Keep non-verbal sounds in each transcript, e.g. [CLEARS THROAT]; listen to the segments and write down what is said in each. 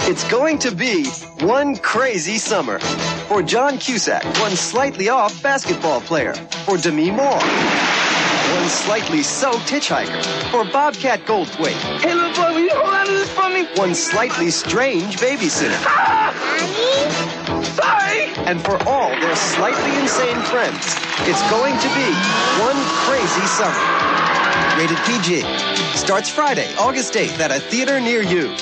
It's going to be one crazy summer. For John Cusack, one slightly off basketball player. For Demi Moore, one slightly soaked hitchhiker. For Bobcat Goldthwait, Hey, little boy, will you hold on to this for me? Ah! one slightly strange babysitter. Sorry! And for all their slightly insane friends, it's going to be one crazy summer. Rated PG. Starts Friday, August 8th at a theater near you.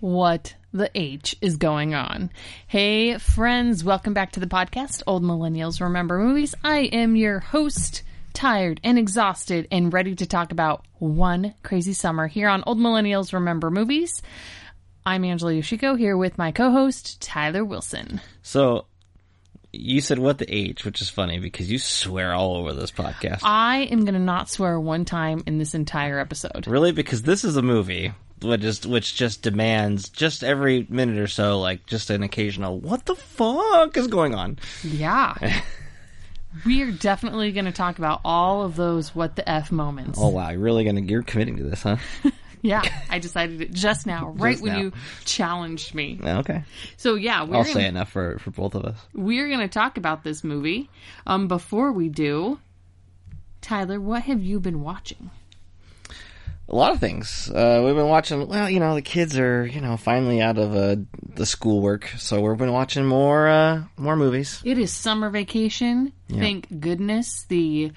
what the H is going on. Hey, friends, welcome back to the podcast, Old Millennials Remember Movies. I am your host, tired and exhausted and ready to talk about one crazy summer here on Old Millennials Remember Movies. I'm Angela Yoshiko here with my co host, Tyler Wilson. So you said what the H, which is funny because you swear all over this podcast. I am going to not swear one time in this entire episode. really because this is a movie which is which just demands just every minute or so like just an occasional what the fuck is going on. Yeah. [LAUGHS] We are definitely going to talk about all of those what the F moments. Oh wow, you're really going to you're committing to this, huh? Yeah, I decided it just now, right Just when now. you challenged me. Yeah, okay. So yeah, we're I'll gonna, say enough for for both of us. we're going to talk about this movie. Um, before we do, Tyler, what have you been watching? A lot of things. Uh, we've been watching. Well, you know, the kids are you know finally out of uh, the schoolwork, so we've been watching more uh, more movies. It is summer vacation. Thank goodness the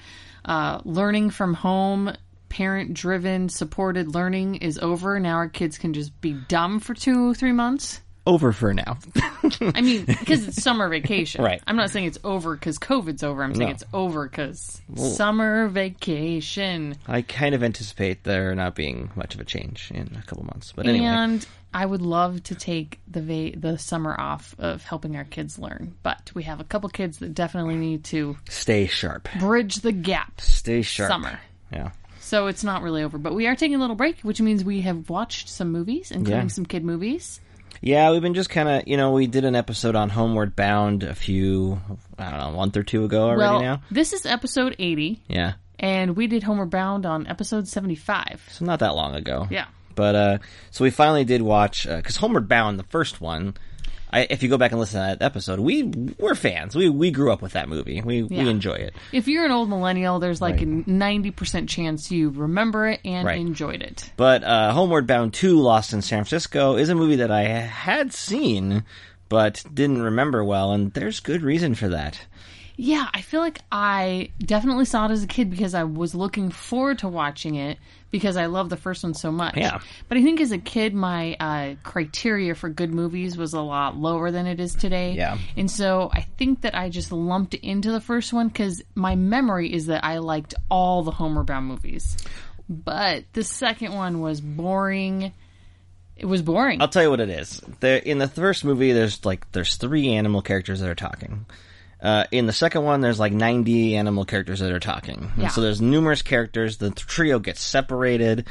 uh, learning from home, parent-driven, supported learning is over. Now our kids can just be dumb for two, three months. Over for now. [LAUGHS] I mean, because it's summer vacation. Right. I'm not saying it's over because COVID's over. I'm saying No. it's over because summer vacation. I kind of anticipate there not being much of a change in a couple months, but anyway. And I would love to take the va- the summer off of helping our kids learn, but we have a couple kids that definitely need to Stay sharp. bridge the gap. Stay sharp. Summer. Yeah. So it's not really over, but we are taking a little break, which means we have watched some movies, including Yeah. some kid movies. Yeah, we've been just kind of, you know, we did an episode on Homeward Bound a few, I don't know, month or two ago already well, now. this is episode 80, Yeah. and we did Homeward Bound on episode 75. So not that long ago. Yeah. But, uh, so we finally did watch, because Homeward Bound, the first one, I, if you go back and listen to that episode, we we're fans. We we grew up with that movie. We Yeah. we enjoy it. If you're an old millennial, there's like a 90% chance you remember it and Right. enjoyed it. But uh, Homeward Bound 2 Lost in San Francisco is a movie that I had seen but didn't remember well and there's good reason for that. Yeah, I feel like I definitely saw it as a kid because I was looking forward to watching it because I love the first one so much. Yeah. But I think as a kid, my uh, criteria for good movies was a lot lower than it is today. Yeah. And so I think that I just lumped it into the first one because my memory is that I liked all the Homer Brown movies. But the second one was boring. It was boring. I'll tell you what it is. There, in the first movie, there's like there's three animal characters that are talking. Uh, in the second one, there's like 90 animal characters that are talking. And Yeah. So there's numerous characters. The trio gets separated.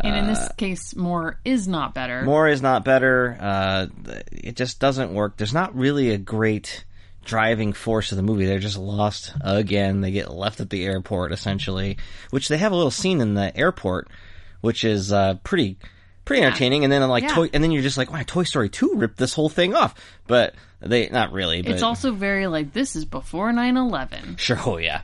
and in this case, more is not better. More is not better. Uh, it just doesn't work. There's not really a great driving force of the movie. They're just lost again. They get left at the airport essentially, which they have a little scene in the airport, which is uh, pretty pretty entertaining. And then like Yeah. toy, and then you're just like, wow, Toy Story two ripped this whole thing off. But they not really. But It's also very like this is before 9 11. [LAUGHS] sure. Oh yeah.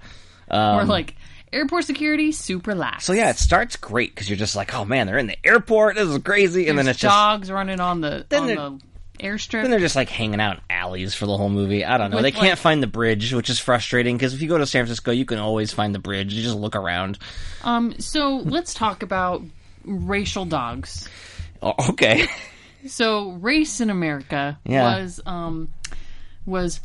or like airport security, super lax. Um, So yeah, it starts great because you're just like, oh man, they're in the airport. This is crazy. And then it's just dogs running on the Then on they're- the airstrip. Then they're just like hanging out in alleys for the whole movie. I don't know. With, they can't like- find the bridge, which is frustrating because if you go to San Francisco, you can always find the bridge. You just look around. um, so let's talk about racial dogs. Oh, okay. So race in America Yeah. was um was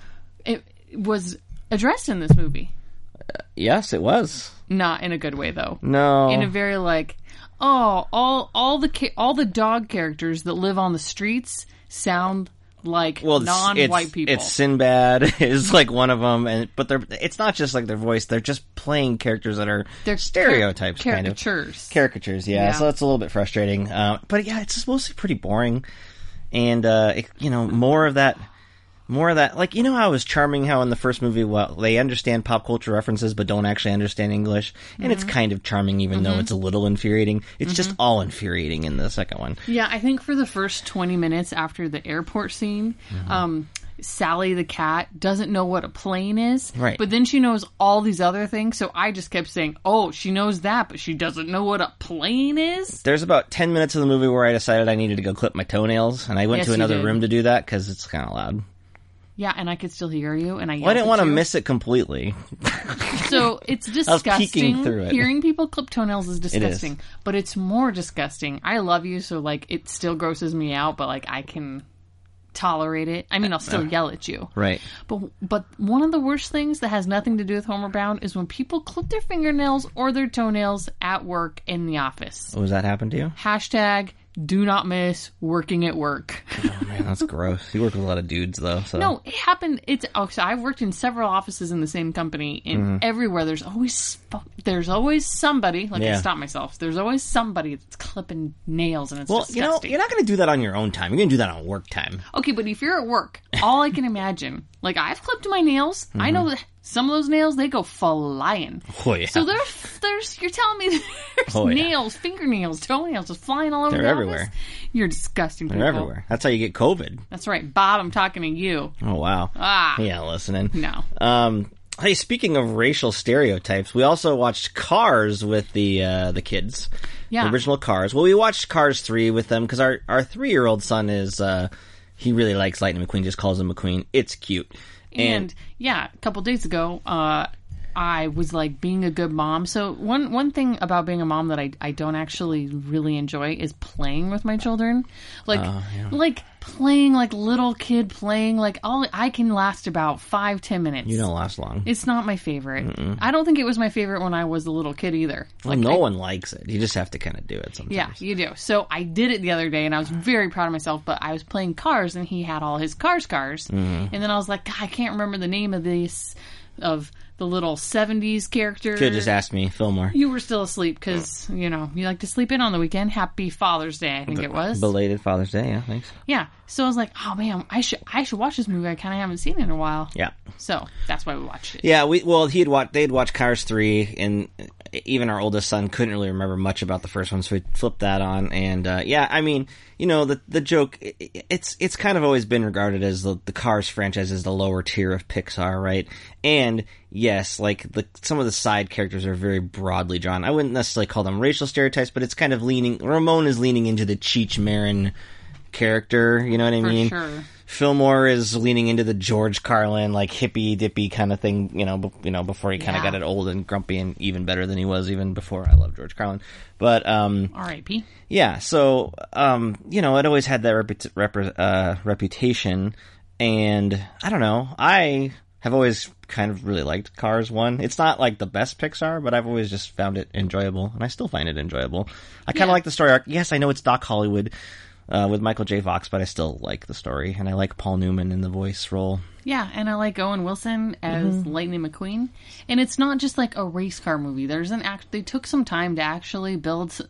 it was addressed in this movie, [LAUGHS] yes, it was. not in a good way though. No. in a very like oh all all the ca- all the dog characters that live on the streets sound like well, it's- non-white it's- people. It's Sinbad [LAUGHS] is like one of them, and but they're it's not just like their voice; they're just playing characters that are They're stereotypes, caric- kind of caricatures. caricatures. Yeah, Yeah. so that's a little bit frustrating. Uh, but yeah, it's just mostly pretty boring, and uh, it, you know more of that. more of that like you know how it was charming how in the first movie well they understand pop culture references but don't actually understand english and Mm-hmm. it's kind of charming even though it's a little infuriating it's just all infuriating in the second one Yeah, I think for the first 20 minutes after the airport scene, Mm-hmm. um, Sally the cat doesn't know what a plane is. Right. But then she knows all these other things. So I just kept saying, oh, she knows that, but she doesn't know what a plane is? there's about 10 minutes of the movie where i decided i needed to go clip my toenails and i went Yes, to you another did. room to do that because it's kind of loud Yeah, and I could still hear you. And I, well, i didn't want to to miss it completely So [LAUGHS] it's peeking disgusting. through it. Hearing people clip toenails is is. disgusting, but it's more disgusting. I love you, so like it still grosses me out, but like I can tolerate it. I mean, I'll still yell at you. Uh, right But but one of the worst things that has nothing to do with Homer Brown is when people clip their fingernails or their toenails at work in the office. what was that happen to you Hashtag do not miss working at work. [LAUGHS] Oh, man that's gross you work with a lot of dudes though so No, it happened. It's oh, so I've worked in several offices in the same company, and Mm-hmm. everywhere there's always fu- there's always somebody. Like Yeah. I stop myself. There's always somebody that's clipping nails, and it's well disgusting. you know you're not going to do that on your own time you're going to do that on work time [LAUGHS] Okay, but if you're at work, all I can imagine, like I've clipped my nails. I Mm-hmm. know that some of those nails they go flying. oh yeah So there's there's you're telling me [LAUGHS] there's Oh, yeah. nails, fingernails, toenails just flying all over. They're the everywhere. office? You're disgusting. they're people. everywhere that's how you get covid That's right, Bob. I'm talking to you. oh wow Ah, yeah listening no. Um, hey, speaking of racial stereotypes, we also watched Cars with the uh, the kids. Yeah. The original Cars. Well, we watched Cars three with them because our our three year old son is uh, he really likes Lightning McQueen. Just calls him McQueen. It's cute. And, yeah, a couple days ago, uh, I was like being a good mom. So one one thing about being a mom that I, I don't actually really enjoy is playing with my children, like Uh, like playing like little kid playing like all I can last about five ten minutes. you don't last long. It's not my favorite. I don't think it was my favorite when I was a little kid either. Well, no one likes it. You just have to kind of do it sometimes. Yeah, you do. So I did it the other day, and I was very proud of myself. But I was playing cars, and he had all his cars, cars, Mm-hmm. and then I was like, God, I can't remember the name of this of the little '70s character. Could just ask me, Fillmore. you were still asleep because you know you like to sleep in on the weekend. Happy Father's Day, I think it was. Belated Father's Day. Yeah, thanks. yeah. So I was like, oh man, I should I should watch this movie. I kind of haven't seen it in a while. Yeah. So that's why we watched it. Yeah, we well he'd watch they'd watch Cars three, and even our oldest son couldn't really remember much about the first one, so we flipped that on. And uh, yeah, I mean, you know, the the joke i- i- it's it's kind of always been regarded as the, the Cars franchise is the lower tier of Pixar, right? And yes, like the some of the side characters are very broadly drawn. I wouldn't necessarily call them racial stereotypes, but it's kind of leaning. Ramon is leaning into the Cheech Marin character. You know what I For mean? sure. Fillmore is leaning into the George Carlin like hippy dippy kind of thing, you know, b- you know before he kind of Yeah. got it old and grumpy and even better than he was even before I love George Carlin. But um R.I.P. yeah, so um you know, it always had that reput rep- uh, reputation and I don't know. I have always kind of really liked Cars 1. It's not like the best Pixar, but I've always just found it enjoyable and I still find it enjoyable. I kind of Yeah. like the story arc. Yes, I know it's Doc Hollywood, uh, with Michael J. Fox, but I still like the story, and I like Paul Newman in the voice role. Yeah, and I like Owen Wilson as Mm-hmm. Lightning McQueen. And it's not just like a race car movie. There's an act. They took some time to actually build s-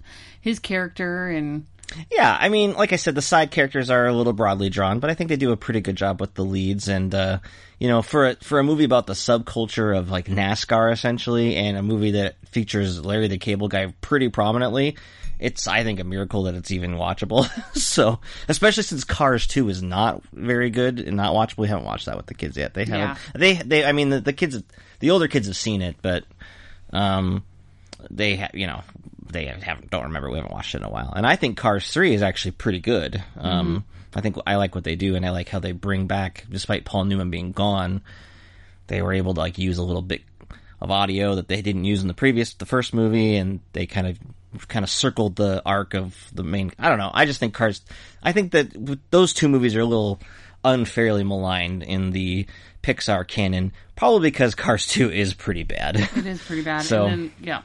his character, and Yeah, I mean, like I said, the side characters are a little broadly drawn, but I think they do a pretty good job with the leads. And uh, you know, for a, for a movie about the subculture of like NASCAR essentially, and a movie that features Larry the Cable Guy pretty prominently, it's I think a miracle that it's even watchable. [LAUGHS] so, especially since Cars Two is not very good and not watchable. We haven't watched that with the kids yet. They haven't. They they. I mean, the, the kids, the older kids have seen it, but um, they ha- you know they haven't don't remember we haven't watched it in a while and i think cars 3 is actually pretty good um i think i like what they do and i like how they bring back despite paul newman being gone they were able to like use a little bit of audio that they didn't use in the previous the first movie and they kind of kind of circled the arc of the main i don't know i just think cars i think that w- those two movies are a little unfairly maligned in the pixar canon probably because cars 2 is pretty bad [LAUGHS] it is pretty bad. So- and then, yeah,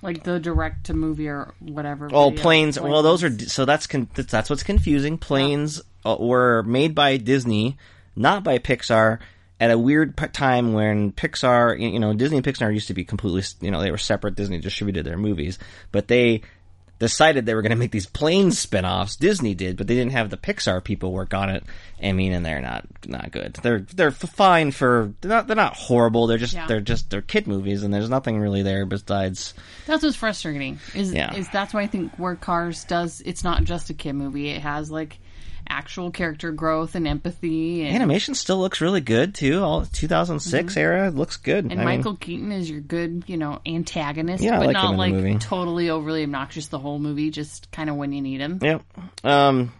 like the direct to movie or whatever. Oh, video. planes. Well, those are so that's con- that's that's what's confusing. Planes uh, were made by Disney, not by Pixar. At a weird p- time when Pixar, you you know, Disney and Pixar used to be completely, s- you know, they were separate. Disney distributed their movies, but they decided they were going to make these plane spin-offs. Disney did, but they didn't have the Pixar people work on it. I mean, and they're not not good. They're they're f- fine for they're not they're not horrible. They're just Yeah. they're just they're kid movies, and there's nothing really there besides That's what's frustrating. Is Yeah. is that's why I think where Cars does it's not just a kid movie. It has like actual character growth and empathy and, animation. Still looks really good too. All 2006 era looks good. Mm-hmm. and I mean, Michael Keaton is your good, you know, antagonist, Yeah, I but like him not in the like movie. totally overly obnoxious the whole movie, just kind of when you need him. Yep. Um,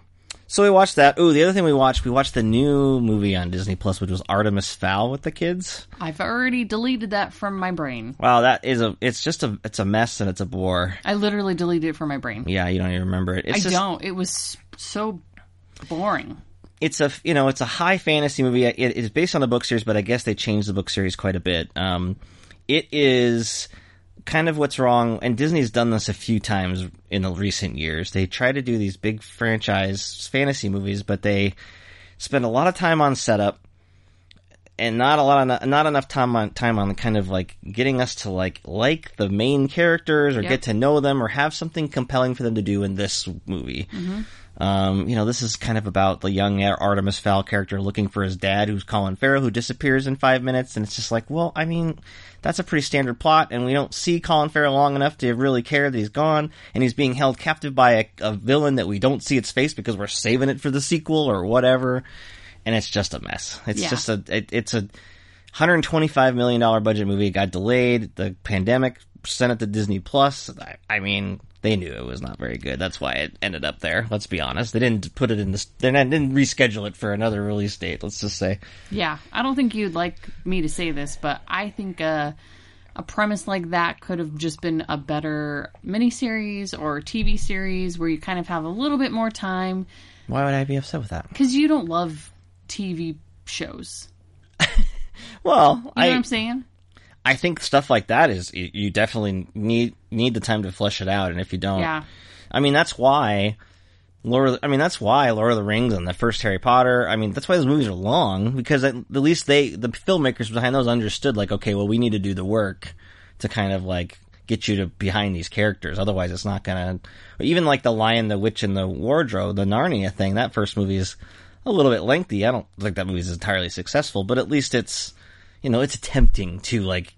so we watched that. Ooh, the other thing we watched, we watched the new movie on Disney Plus, which was Artemis Fowl with the kids. I've already deleted that from my brain. Wow, that is a. It's just a. It's a mess and it's a bore. I literally deleted it from my brain. Yeah, you don't even remember it. It's I just, don't. It was so boring. It's a. You know, it's a high fantasy movie. It, it is based on the book series, but I guess they changed the book series quite a bit. Um, it is kind of what's wrong, and Disney's done this a few times in the recent years. They try to do these big franchise fantasy movies, but they spend a lot of time on setup and not a lot of not enough time on time on kind of like getting us to like like the main characters or Yeah. get to know them or have something compelling for them to do in this movie. Um, you know, this is kind of about the young Ar- Artemis Fowl character looking for his dad, who's Colin Farrell, who disappears in five minutes, and it's just like, well, I mean, that's a pretty standard plot, and we don't see Colin Farrell long enough to really care that he's gone, and he's being held captive by a, a villain that we don't see its face because we're saving it for the sequel or whatever and it's just a mess. It's Yeah. just a it, it's a 125 million dollar budget movie. It got delayed. The pandemic sent it to Disney Plus. I, I mean, they knew it was not very good. That's why it ended up there. Let's be honest. They didn't put it in this. They didn't didn't reschedule it for another release date. Let's just say. Yeah, I don't think you'd like me to say this, but I think a a premise like that could have just been a better miniseries or TV series where you kind of have a little bit more time Why would I be upset with that? because you don't love TV shows. Well, You know I what I'm saying? I think stuff like that is you, you definitely need need the time to flesh it out, and if you don't, Yeah. I mean, that's why Lord. I mean, that's why Lord of the Rings and the first Harry Potter. I mean, that's why those movies are long because at at least they, the filmmakers behind those, understood like, okay, well, we need to do the work to kind of like get you to behind these characters. Otherwise, it's not gonna. Even like the Lion, the Witch, and the Wardrobe, the Narnia thing. That first movie is a little bit lengthy. I don't think that movie is entirely successful, but at least it's you know it's attempting to like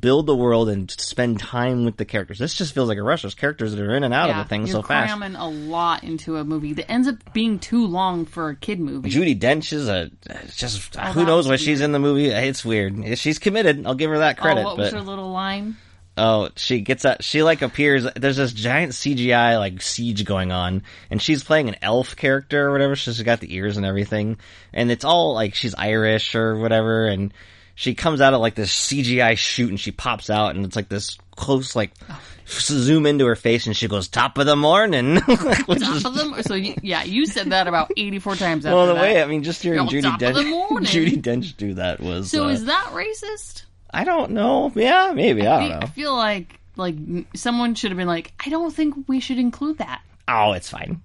build the world and spend time with the characters. This just feels like a rush. There's characters that are in and out yeah, of the thing you're so fast. cramming a lot into a movie that ends up being too long for a kid movie. Judy Dench is a it's just who Oh, that was knows why she's in the movie. It's weird. She's committed. I'll give her that credit. oh, what was but her little line? oh, she gets that. She like appears. There's this giant CGI like siege going on, and she's playing an elf character or whatever. So she's got the ears and everything, and it's all like she's Irish or whatever, and. She comes out of like this CGI shoot and she pops out and it's like this close like Oh. zoom into her face and she goes top of the morning, [LAUGHS] which Top is of them. So you, yeah, you said that [LAUGHS] about 84 times. After well, the that. way I mean, just hearing Yo, Judy top of the [LAUGHS] Dench, morning. Judy Dench do that was. so uh, is that racist? I don't know. Yeah, maybe I I don't know. feel like like n- someone should have been like, I don't think we should include that. Oh, it's fine.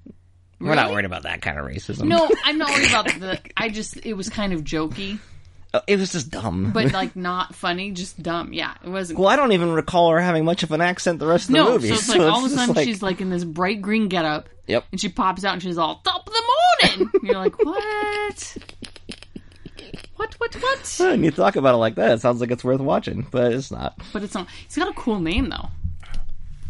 We're not Really? worried about that kind of racism. No, I'm not worried about the. I just it was kind of jokey, Uh, it was just dumb. but like not funny, just dumb. Yeah, it wasn't. well, I don't even recall her having much of an accent the rest of the no, movie. so [LAUGHS] it's like all of a just sudden she's like in this bright green getup. Yep. And she pops out and she's all top of the morning. And you're like, what? What? What? What? And you talk about it like that, it sounds like it's worth watching, but it's not. But it's not. It's got a cool name though.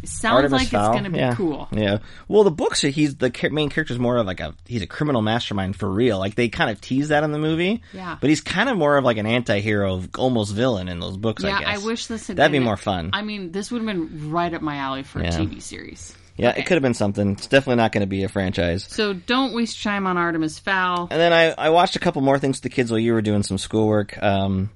It sounds Artemis like Fowl. it's gonna be yeah. cool. Yeah. Well, the books are he's the char- main character's more of like a he's a criminal mastermind for real. Like they kind of tease that in the movie. Yeah. But he's kind of more of like an anti-hero, almost villain in those books. Yeah, I guess. wish this had that'd be been- more fun. I mean, this would have been right up my alley for Yeah. a TV series. yeah, okay. it could have been something. It's definitely not going to be a franchise. So don't waste time on Artemis Fowl. And then I, I watched a couple more things with the kids while you were doing some schoolwork. Um,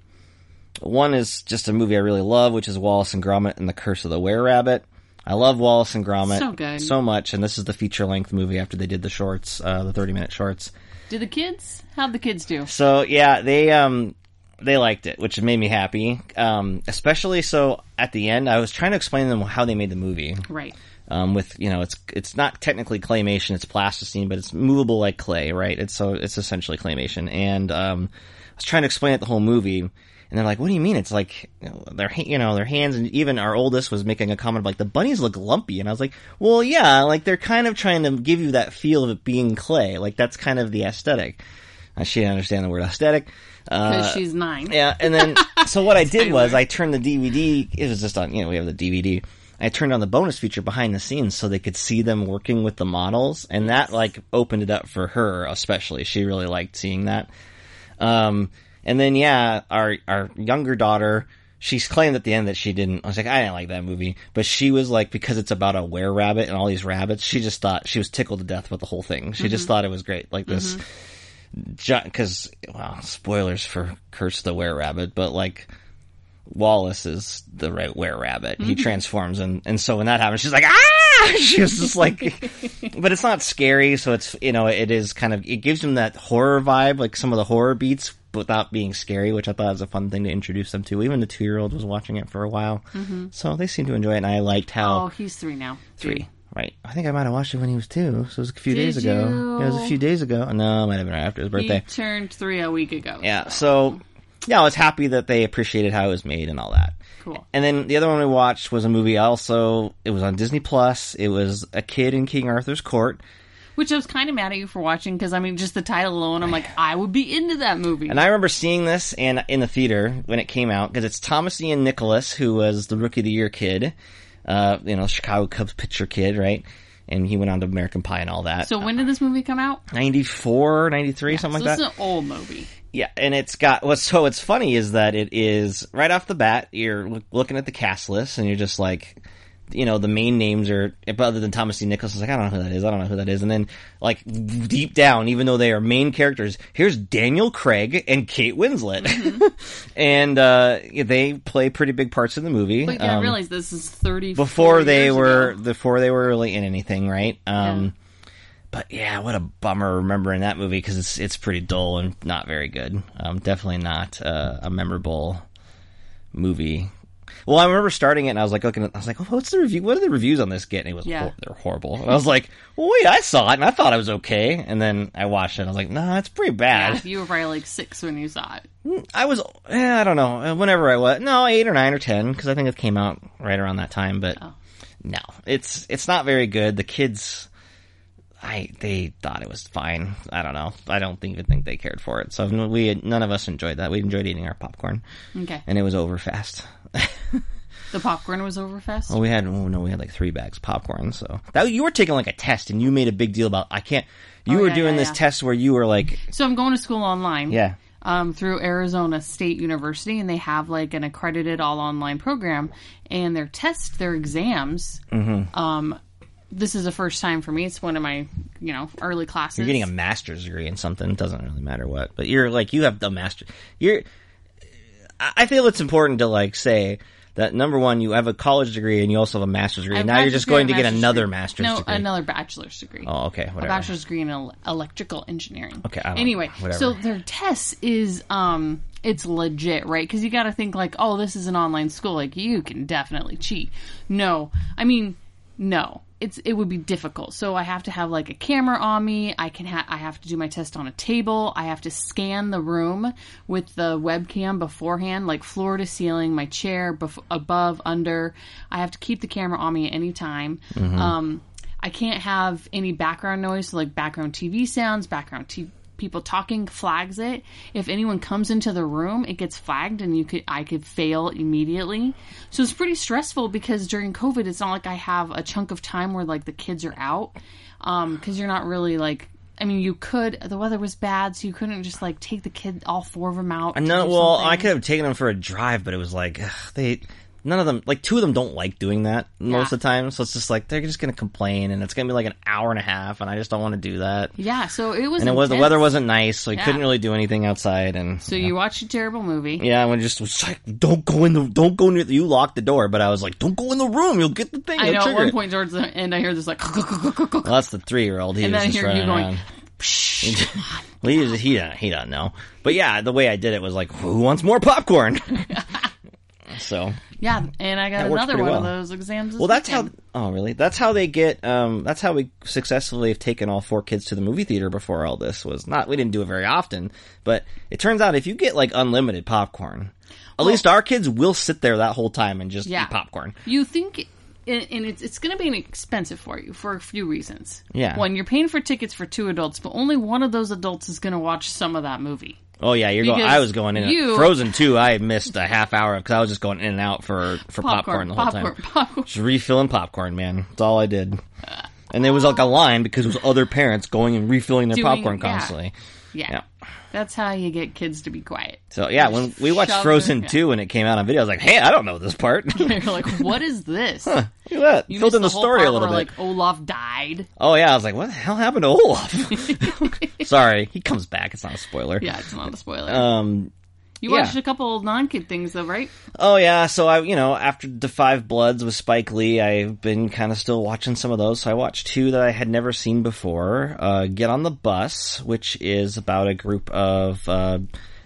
one is just a movie I really love, which is Wallace and Gromit and the Curse of the Were Rabbit. I love Wallace and Gromit So good. so much, and this is the feature length movie after they did the shorts, uh, the thirty minute shorts. Do the kids? How'd the kids do? So yeah, they um they liked it, which made me happy. Um, especially so at the end, I was trying to explain to them how they made the movie. Right. Um, with you know, it's it's not technically claymation; it's plasticine, but it's movable like clay, right? It's so it's essentially claymation. And um, I was trying to explain it the whole movie, And they're like, "What do you mean?" It's like you know, their ha- you know their hands, and even our oldest was making a comment like the bunnies look lumpy, and I was like, "Well, yeah, like they're kind of trying to give you that feel of it being clay, like that's kind of the aesthetic." Uh, she didn't understand the word aesthetic. Uh, Because she's nine. yeah, and then so what I did was I turned the DVD. It was just on. You know, we have the DVD. I turned on the bonus feature behind the scenes so they could see them working with the models, and that like opened it up for her especially. She really liked seeing that. Um, and then yeah, our our younger daughter, she's claimed at the end that she didn't. I was like, I didn't like that movie, but she was like, because it's about a were rabbit and all these rabbits, she just thought she was tickled to death with the whole thing. She just thought it was great, like this. Because well, spoilers for Curse the Were Rabbit, but like Wallace is the right were rabbit. Mm-hmm. He transforms, and and so when that happens, she's like ah. [LAUGHS] She was [LAUGHS] just like, but it's not scary, so it's you know it is kind of it gives them that horror vibe, like some of the horror beats without being scary, which I thought was a fun thing to introduce them to. Even the two year old was watching it for a while, Mm-hmm. so they seemed to enjoy it, and I liked Oh, how he's three now. three. [LAUGHS] Right, I think I might have watched it when he was two, so it was a few days Oh, Did ago. Yeah, it was a you? few days ago. No, it might have been right after his He birthday. turned three a week ago. Yeah. So yeah, I was happy that they appreciated how it was made and all that. Cool. And then the other one we watched was a movie. Also, it was on Disney Plus. It was a kid in King Arthur's court, Which I was kind of mad at you for watching because I mean, just the title alone, I'm like, I would be into that movie. and I remember seeing this and in the theater when it came out because it's Thomas Ian Nicholas who was the Rookie of the Year kid, uh, you know, Chicago Cubs pitcher kid, right? And he went on to American Pie and all that. so when did this movie come out? 94, 93, something so like this that. is an old movie. Yeah, and it's got what's so what's funny is that it is right off the bat you're loo- looking at the cast list and you're just like, you know, the main names are but other than Thomas D. Nichols. It's like I don't know who that is. I don't know who that is. And then like deep down, even though they are main characters, here's Daniel Craig and Kate Winslet, [LAUGHS] and uh, they play pretty big parts in the movie. But yeah, I Um, realize this is 30 before 40 they years were ago. before they were really in anything, right? Um, But yeah, what a bummer remembering that movie because it's it's pretty dull and not very good. Um, definitely not uh, a memorable movie. Well, I remember starting it and I was like looking. At, I was like, "What's the review? What are the reviews on this get?" And it was Yeah. hor- they're horrible. And I was like, well, "Wait, I saw it and I thought it was okay." And then I watched it. and I was like, "No, nah, it's pretty bad." Yeah, you were probably like six when you saw it. I was, eh, I don't know, uh, whenever I was, no, eight or nine or ten, because I think it came out right around that time. But Oh. no, it's it's not very good. The kids, I they thought it was fine. I don't know. I don't think- even think they cared for it. So no- we none of us enjoyed that. We enjoyed eating our popcorn, Okay. and it was over fast. The popcorn was over fast. Well, we had oh no, we had like three bags of popcorn. So that you were taking like a test, and you made a big deal about I can't. You Oh, were yeah, doing yeah, this yeah. test where you were like, So I'm going to school online. yeah, um, through Arizona State University, and they have like an accredited all online program. And their tests, their exams. Um, Mm-hmm. this is the first time for me. It's one of my you know early classes. you're getting a master's degree in something. It doesn't really matter what, but you're like you have the master. You're. I I feel it's important to like say that number one, you have a college degree and you also have a master's degree. a and now you're bachelor's just degree going and to a get master's another degree. master's no, degree. another bachelor's degree. oh, okay, a whatever. bachelor's degree in el- electrical engineering. Okay, I don't- anyway, whatever. so their test is um, it's legit, right? Because you got to think like, oh, this is an online school. Like you can definitely cheat. No, I mean, no. It's it would be difficult. So I have to have like a camera on me. I can ha- I have to do my test on a table. I have to scan the room with the webcam beforehand, like floor to ceiling, my chair bef- above, under. I have to keep the camera on me at any time. Mm-hmm. Um, I can't have any background noise, so like background TV sounds, background t- people talking flags it. If anyone comes into the room, it gets flagged and you could I could fail immediately. So it's pretty stressful because during COVID, it's not like I have a chunk of time where like the kids are out um cuz you're not really like I mean, you could. The weather was bad, so you couldn't just like take the kid, all four of them out. to No, do well, something. I could have taken them for a drive, but it was like ugh, they. None of them, like two of them, don't like doing that most Yeah. of the time. So it's just like they're just going to complain, and it's going to be like an hour and a half, and I just don't want to do that. Yeah, so it was. And it was the intense. weather wasn't nice, so we Yeah. couldn't really do anything outside. And So you watched a terrible movie. Yeah, I was just was like, don't go in the, don't go near. The, you locked the door, but I was like, don't go in the room. You'll get the thing. I you'll know at trigger one it." point towards the end, I hear this like, [LAUGHS] [LAUGHS] Well, that's the three year old. He and was then I just hear running you going. around. [LAUGHS] Well, he, [LAUGHS] was, he don't- he don't know. But yeah, the way I did it was like, who wants more popcorn? So Yeah, and I got That works another one pretty of well. those exams. this well, that's how. weekend. Oh, really? That's how they get. Um, that's how we successfully have taken all four kids to the movie theater before all this was not. We didn't do it very often, but it turns out if you get like unlimited popcorn, at least our kids will sit there that whole time and just Yeah. eat popcorn. you think. And and it's it's going to be expensive for you for a few reasons. Yeah. One, you're paying for tickets for two adults, but only one of those adults is going to watch some of that movie. Oh yeah, you're going. Because I was going in you- Frozen too. I missed a half hour because I was just going in and out for for Popcorn, popcorn, the whole popcorn, time. popcorn. [LAUGHS] Just refilling popcorn, man. That's all I did. And there was like a line because it was other parents going and refilling their Doing- popcorn yeah. constantly. Yeah. That's how you get kids to be quiet. [LAUGHS] So yeah, when we watched Shove Frozen their- yeah. two when it came out on video, I was like, "Hey, I don't know this part." [LAUGHS] Look They're like, what is this? at that. You Filled missed in the, whole story a part little bit. where, Like Olaf died. [LAUGHS] oh yeah, I was like, "What the hell happened to Olaf?" Sorry, he comes back. It's not a spoiler. Yeah, it's not a spoiler. Um, you yeah. watched a couple non-kid things though, right? Oh yeah, so I you know after the Five Bloods with Spike Lee, I've been kind of still watching some of those. So I watched two that I had never seen before. Uh, Get on the Bus, which is about a group of uh,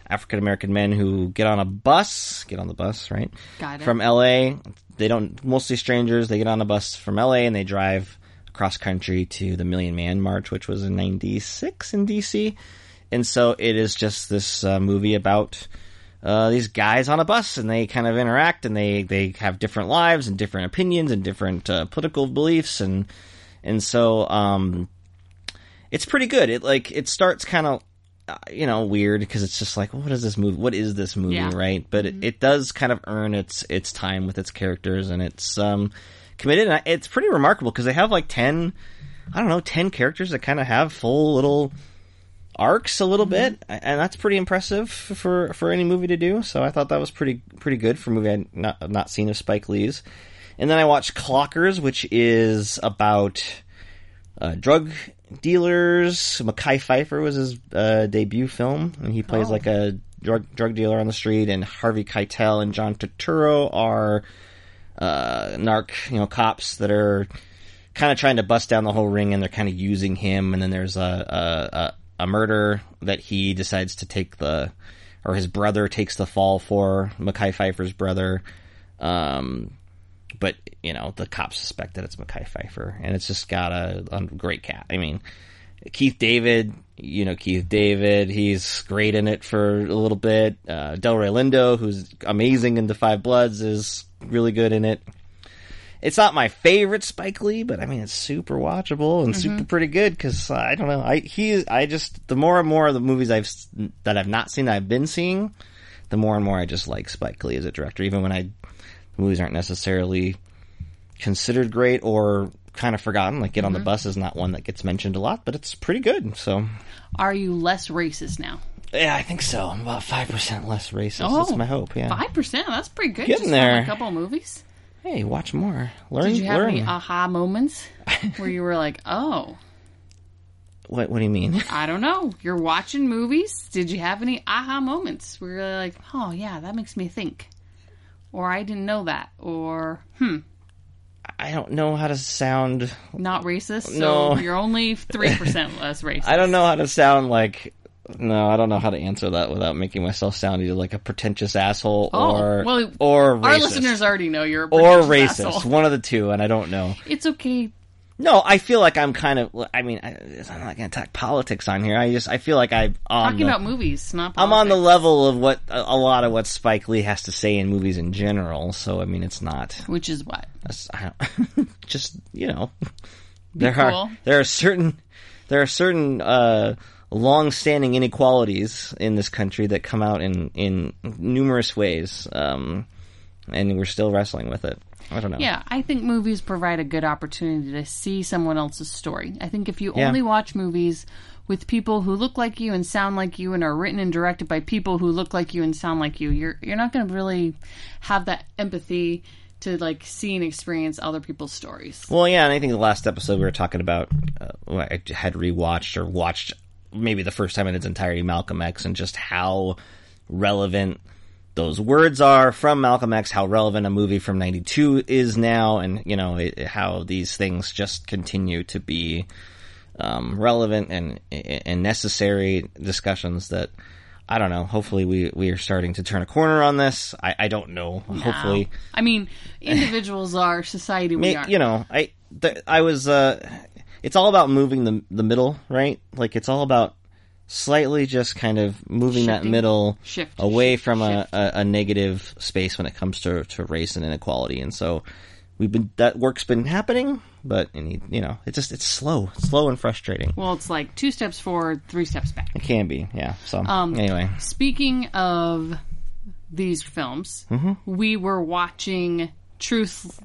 African American men who get on a bus, get on the bus, right? Got it. From L.A. They don't mostly strangers. They get on a bus from L.A. and they drive across country to the Million Man March, which was in '96 in D.C. And so it is just this uh, movie about uh, these guys on a bus and they kind of interact and they, they have different lives and different opinions and different uh, political beliefs and and so um, it's pretty good. It like it starts kind of uh, you know weird because it's just like what is this movie? What is this movie? Yeah. Right? But it, it does kind of earn its its time with its characters and it's um, committed. And I- it's pretty remarkable because they have like ten I don't know ten characters that kind of have full little arcs a little bit, a- and that's pretty impressive f- for for any movie to do. So I thought that was pretty pretty good for a movie I'd not not seen of Spike Lee's. And then I watched Clockers, which is about uh, drug dealers. Mackay Pfeiffer was his uh, debut film, and he plays like a drug drug dealer on the street. And Harvey Keitel and John Turturro are uh, narc, you know, cops that are kind of trying to bust down the whole ring, and they're kind of using him. And then there's a a, a a murder that he decides to take the, or his brother takes the fall for. Mackay Pfeiffer's brother. Um, but you know the cops suspect that it's Mackay Pfeiffer, and it's just got a, a great cat. I mean, Keith David, you know Keith David, he's great in it for a little bit. Uh, Delroy Lindo, who's amazing in The Five Bloods, is really good in it. It's not my favorite Spike Lee, but I mean it's super watchable and Mm-hmm. super pretty good because I don't know. I he I just the more and more of the movies I've s- that I've not seen that I've been seeing, the more and more I just like Spike Lee as a director, even when I the movies aren't necessarily considered great or kind of forgotten. Like Get on the Mm-hmm. Bus is not one that gets mentioned a lot, but it's pretty good. So Are you less racist now? yeah, I think so. I'm about five percent less racist. Oh, That's my hope. Yeah. Five percent. That's pretty good. Getting just there. From a couple movies. Hey, watch more. Learn. Did you have learn. any uh, aha moments where you were like, oh, what What do you mean? I don't know. You're watching movies. Did you have any aha moments where you're like, oh yeah, that makes me think, or I didn't know that, or hmm, I don't know how to sound. not racist. So No. you're only three [LAUGHS] percent less racist. I don't know how to sound like. No, I don't know how to answer that without making myself sound either like a pretentious asshole Oh, or well, or racist Our listeners already know you're a or pretentious racist. asshole. One of the two, and I don't know. It's okay. No, I feel like I'm kind of. I mean, I, I'm not going to talk politics on here. I just I feel like I'm on Talking the, about movies, not. I'm on the politics. level of what a, a lot of what Spike Lee has to say in movies in general. So I mean, it's not which is what. that's- I don't, [LAUGHS] just you know there are cool. there are certain there are certain uh, long-standing inequalities in this country that come out in in numerous ways, um, and we're still wrestling with it. I don't know. Yeah, I think movies provide a good opportunity to see someone else's story. I think if you Yeah. only watch movies with people who look like you and sound like you and are written and directed by people who look like you and sound like you, you're you're not going to really have that empathy to like see and experience other people's stories. Well, yeah, and I think the last episode we were talking about, uh, well, I had rewatched or watched maybe the first time in its entirety Malcolm X and just how relevant those words are from Malcolm X, how relevant a movie from 92 is now, and, you know, it, how these things just continue to be um, relevant and, and necessary discussions that I don't know. Hopefully, we we are starting to turn a corner on this. I, I don't know. Hopefully, I [SIGHS] mean, individuals are society. We Ma- are. you know, I th- I was. Uh, it's all about moving the the middle, right? Like it's all about slightly just kind of moving that Shifting. middle Shift, away shift, from a, shift. a, a negative space when it comes to, to race and inequality. And so we've been that work's been happening, but it need- you know, it's just it's slow, slow and frustrating. well, it's like two steps forward, three steps back. It can be, yeah. So Um, anyway, Speaking of these films, Mm-hmm. we were watching Truth,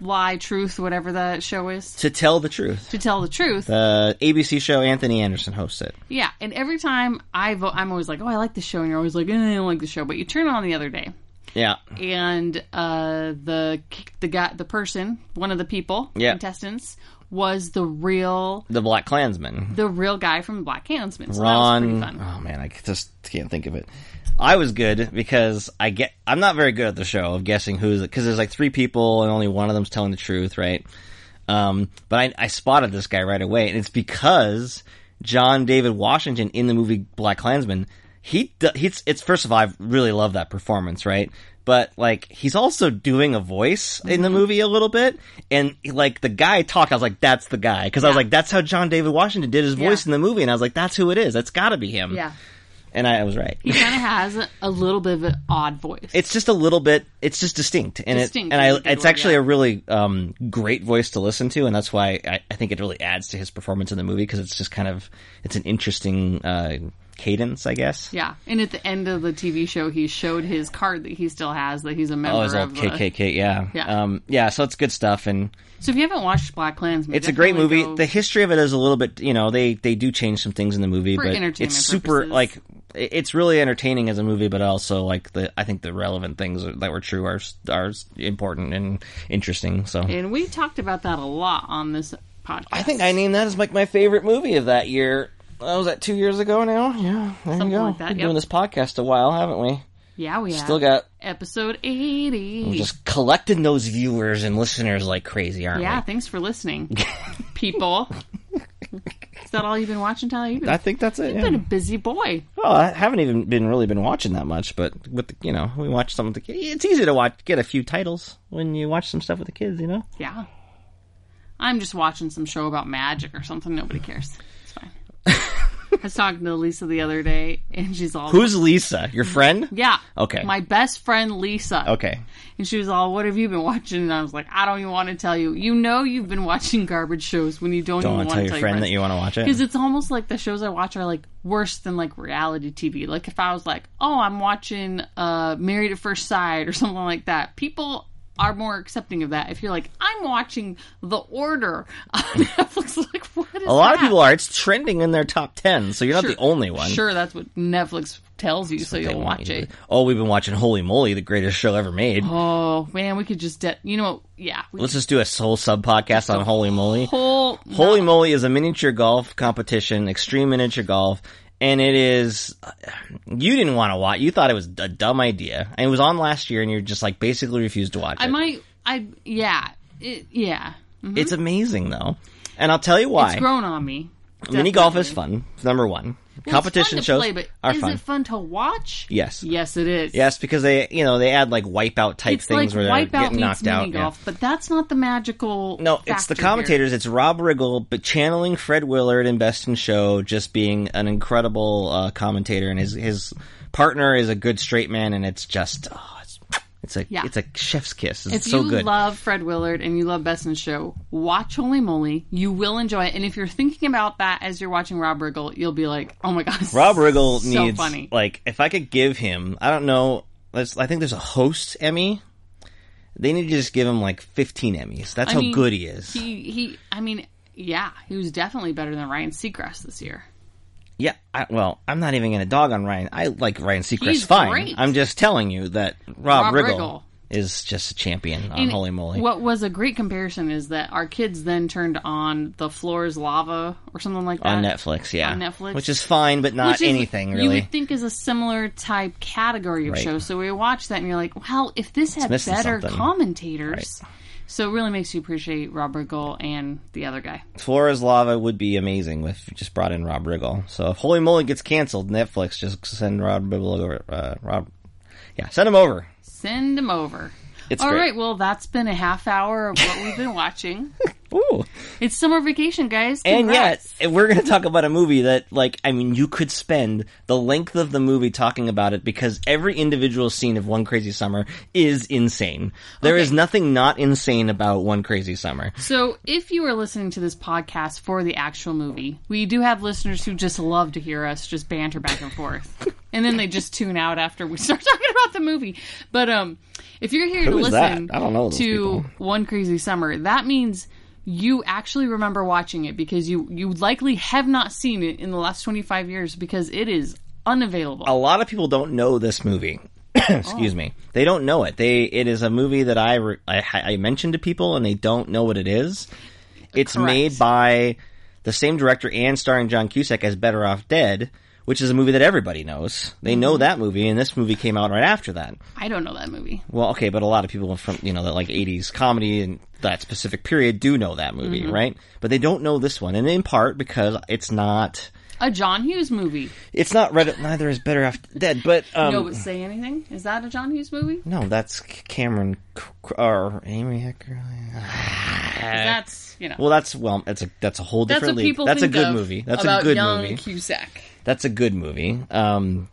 Lie, Truth, whatever that show is, to tell the truth, uh, to tell the truth. the ABC show Anthony Anderson hosts it. Yeah, and every time I vote, I'm always like, oh, I like this show, and you're always like, eh, I don't like the show. But you turn it on the other day, Yeah, and uh, the the guy, the person, one of the people, Yeah. contestants, was the real the Black Klansman. the real guy from Black Klansman. So that was Ron. pretty fun. Oh man, I just can't think of it. I was good because I get. I'm not very good at the show of guessing who's because there's like three people and only one of them's telling the truth, right? Um, but I, I spotted this guy right away, and it's because John David Washington in the movie Black Klansman. He do- he's it's first of all, I really love that performance, right? But like he's also doing a voice in Mm-hmm. the movie a little bit, and like the guy talked, I was like, "That's the guy," because I was Yeah. like, "That's how John David Washington did his voice Yeah. in the movie," and I was like, "That's who it is. That's got to be him." Yeah, and I, I was right. he kind of has a, a little bit of an odd voice. It's just a little bit. It's just distinct, and Distinct it, is a and good I, it's word, actually yeah. a really um, great voice to listen to, and that's why I, I think it really adds to his performance in the movie because it's just kind of it's an interesting uh, cadence, I guess. Yeah, and at the end of the TV show, he showed his card that he still has that he's a member Oh, his of. old the- KKK, yeah, Yeah. um, yeah. So it's good stuff, and So if you haven't watched Black Klansman, it's a great definitely movie. go- The history of it is a little bit, you know, they they do change some things in the movie, For but entertainment it's super purposes. like it- it's really entertaining as a movie, but also like the I think the relevant things that were true are are important and interesting. So and we talked about that a lot on this podcast. I think I named that as like my favorite movie of that year. That was that two years ago now. Yeah, there Something you go. like that, Been yep. Doing this podcast a while, haven't we? yeah, we have. Still got episode 80 we're just collecting those viewers and listeners like crazy, aren't yeah we? thanks for [LAUGHS] listening people is that all you've been watching tyler you've been, I think that's it. you've yeah. been a busy boy Well, I haven't even been really been watching that much, but with the, you know, we watch some of the ki- It's easy to watch get a few titles when you watch some stuff with the kids, you know. yeah i'm just watching some show about magic or something nobody cares it's [LAUGHS] fine i was talking to lisa the other day and she's all Who's Lisa? Your friend? yeah Okay. my best friend lisa Okay. and she was all what have you been watching and i was like i don't even want to tell you you know you've been watching garbage shows when you don't, Don't even want to tell your friend friends. that you want to watch Because it. it's almost like the shows I watch are like worse than like reality TV. Like if I was like, oh, I'm watching uh, Married at First Sight or [LAUGHS] something like that, people are more accepting of that. If you're like, I'm watching The Order [LAUGHS] on Netflix, like what is A lot of people are. It's trending in their top ten, so you're not the only one. Sure, that's what Netflix tells you, so They you'll watch want you to- it. Oh, we've been watching Holy Moly, the greatest show ever made. Oh man, we could just, de- you know, what? yeah, we Let's just do a whole sub podcast on Holy Moly. whole Holy Moly is a miniature golf competition, extreme miniature golf, and it is. You didn't want to watch. You thought it was a dumb idea, and it was on last year, and you just like basically refused to watch I it. might, I yeah, it, yeah, It's amazing though, and I'll tell you why. it's grown on me. Mini golf is definitely. fun. Number one, Well, it's competition fun to shows play, but are is fun. it fun to watch? Yes. Yes, it is. Yes, because they you know they add like wipeout type it's like things where they're wipeout getting meets knocked out. mini yeah. golf, but that's not the magical. No, it's factor the here. commentators. It's Rob Riggle, but channeling Fred Willard in Best in Show, just being an incredible uh, commentator, and his his partner is a good straight man, and it's just oh, it's, it's a Yeah. it's a chef's kiss. It's If so you good. love Fred Willard and you love Best in Show, watch Holy Moly. You will enjoy it. And if you're thinking about that as you're watching Rob Riggle, you'll be like, "Oh my [LAUGHS] gosh, Rob Riggle so needs funny." like if I could give him, I don't know. Let's, I think there's a host Emmy. They need to just give him like 15 Emmys. That's I how mean, good he is. He, he. I mean, yeah, he was definitely better than Ryan Seacrest this year. Yeah, I, well, I'm not even gonna dog on Ryan. I like Ryan He's Seacrest fine. great. I'm just telling you that Rob Rob, Riggle, Riggle. is just a champion on And Holy Moly. What was a great comparison is that our kids then turned on The Floor is Lava or something like that. on Netflix, yeah, uh, on Netflix. which is fine, but not Which is- anything You really. would think is a similar type category of Right. show. So we watch that and you're like, well, if this had missing better something. commentators. So it really makes you appreciate Rob Riggle and the other guy. Flora's Lava would be amazing with just brought in Rob Riggle. So if Holy Moly gets canceled, Netflix just send Rob Riggle over. Uh, Rob, yeah, send him over. Send him over. It's All right. great. well, that's been a half hour of what we've been [LAUGHS] watching. Ooh. It's summer vacation, guys. And yet, Congrats. we're going to talk about a movie that, like, I mean, you could spend the length of the movie talking about it because every individual scene of One Crazy Summer is insane. There is nothing not insane about One Crazy Summer. So, if you are listening to this podcast for the actual movie, we do have listeners who just love to hear us just banter back and forth. [LAUGHS] and then they just tune out after we [LAUGHS] start talking about the movie. But um if you're here to Who is that? listen I don't know those to people. One Crazy Summer, that means you actually remember watching it because you you likely have not seen it in the last 25 years because it is unavailable. a lot of people don't know this movie. [CLEARS THROAT] Oh. Excuse me. They don't know it. They it is a movie that I re- I, I mentioned to people and they don't know what it is. It's Correct. made by the same director and starring John Cusack as Better Off Dead, which is a movie that everybody knows. They Mm-hmm. know that movie, and this movie came out right after that. I don't know that movie. Well, okay, but a lot of people from you know that like '80s comedy and that specific period do know that movie, Mm-hmm. right? But they don't know this one, and in part because it's not A John Hughes movie. it's not read. Neither is Better Off Dead, but um, no, but say anything. Is that a John Hughes movie? No, that's C- Cameron C- C- or Amy Hecker. That's, you know. Well, that's well, that's a that's a whole That's different what league. people that's think a good of movie. That's about a good young movie. Cusack. That's a good movie. Um,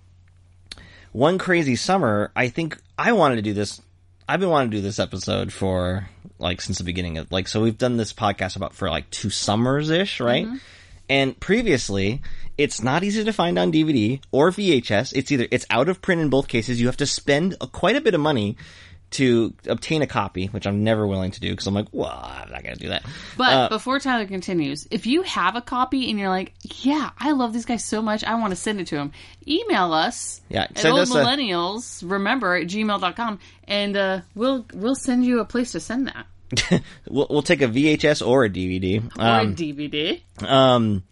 One Crazy Summer. I think I wanted to do this. I've been wanting to do this episode for like since the beginning of like so we've done this podcast about for like two summers ish, right? And previously, it's not easy to find on DVD or VHS. It's either it's out of print in both cases. You have to spend a, quite a bit of money to obtain a copy, which I'm never willing to do because I'm like, well, I'm not gonna do that. But before Tyler continues, if you have a copy and you're like, "Yeah, I love these guys so much, I want to send it to them," email us. Yeah, at send old us a- millennials. remember at gmail.com, and uh, we'll we'll send you a place to send that We'll, we'll take a VHS or a DVD. or a DVD. Um,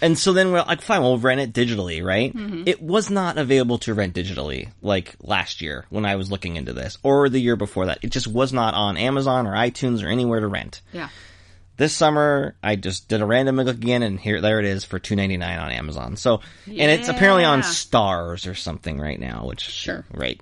and so then we're like, fine, we'll rent it digitally, right? Mm-hmm. It was not available to rent digitally, like last year when I was looking into this, or the year before that. It just was not on Amazon or iTunes or anywhere to rent. Yeah, This summer, I just did a random look again, and here, there it is for two ninety nine on Amazon. So, and it's apparently on Yeah. Stars or something right now, which Sure. [LAUGHS] right.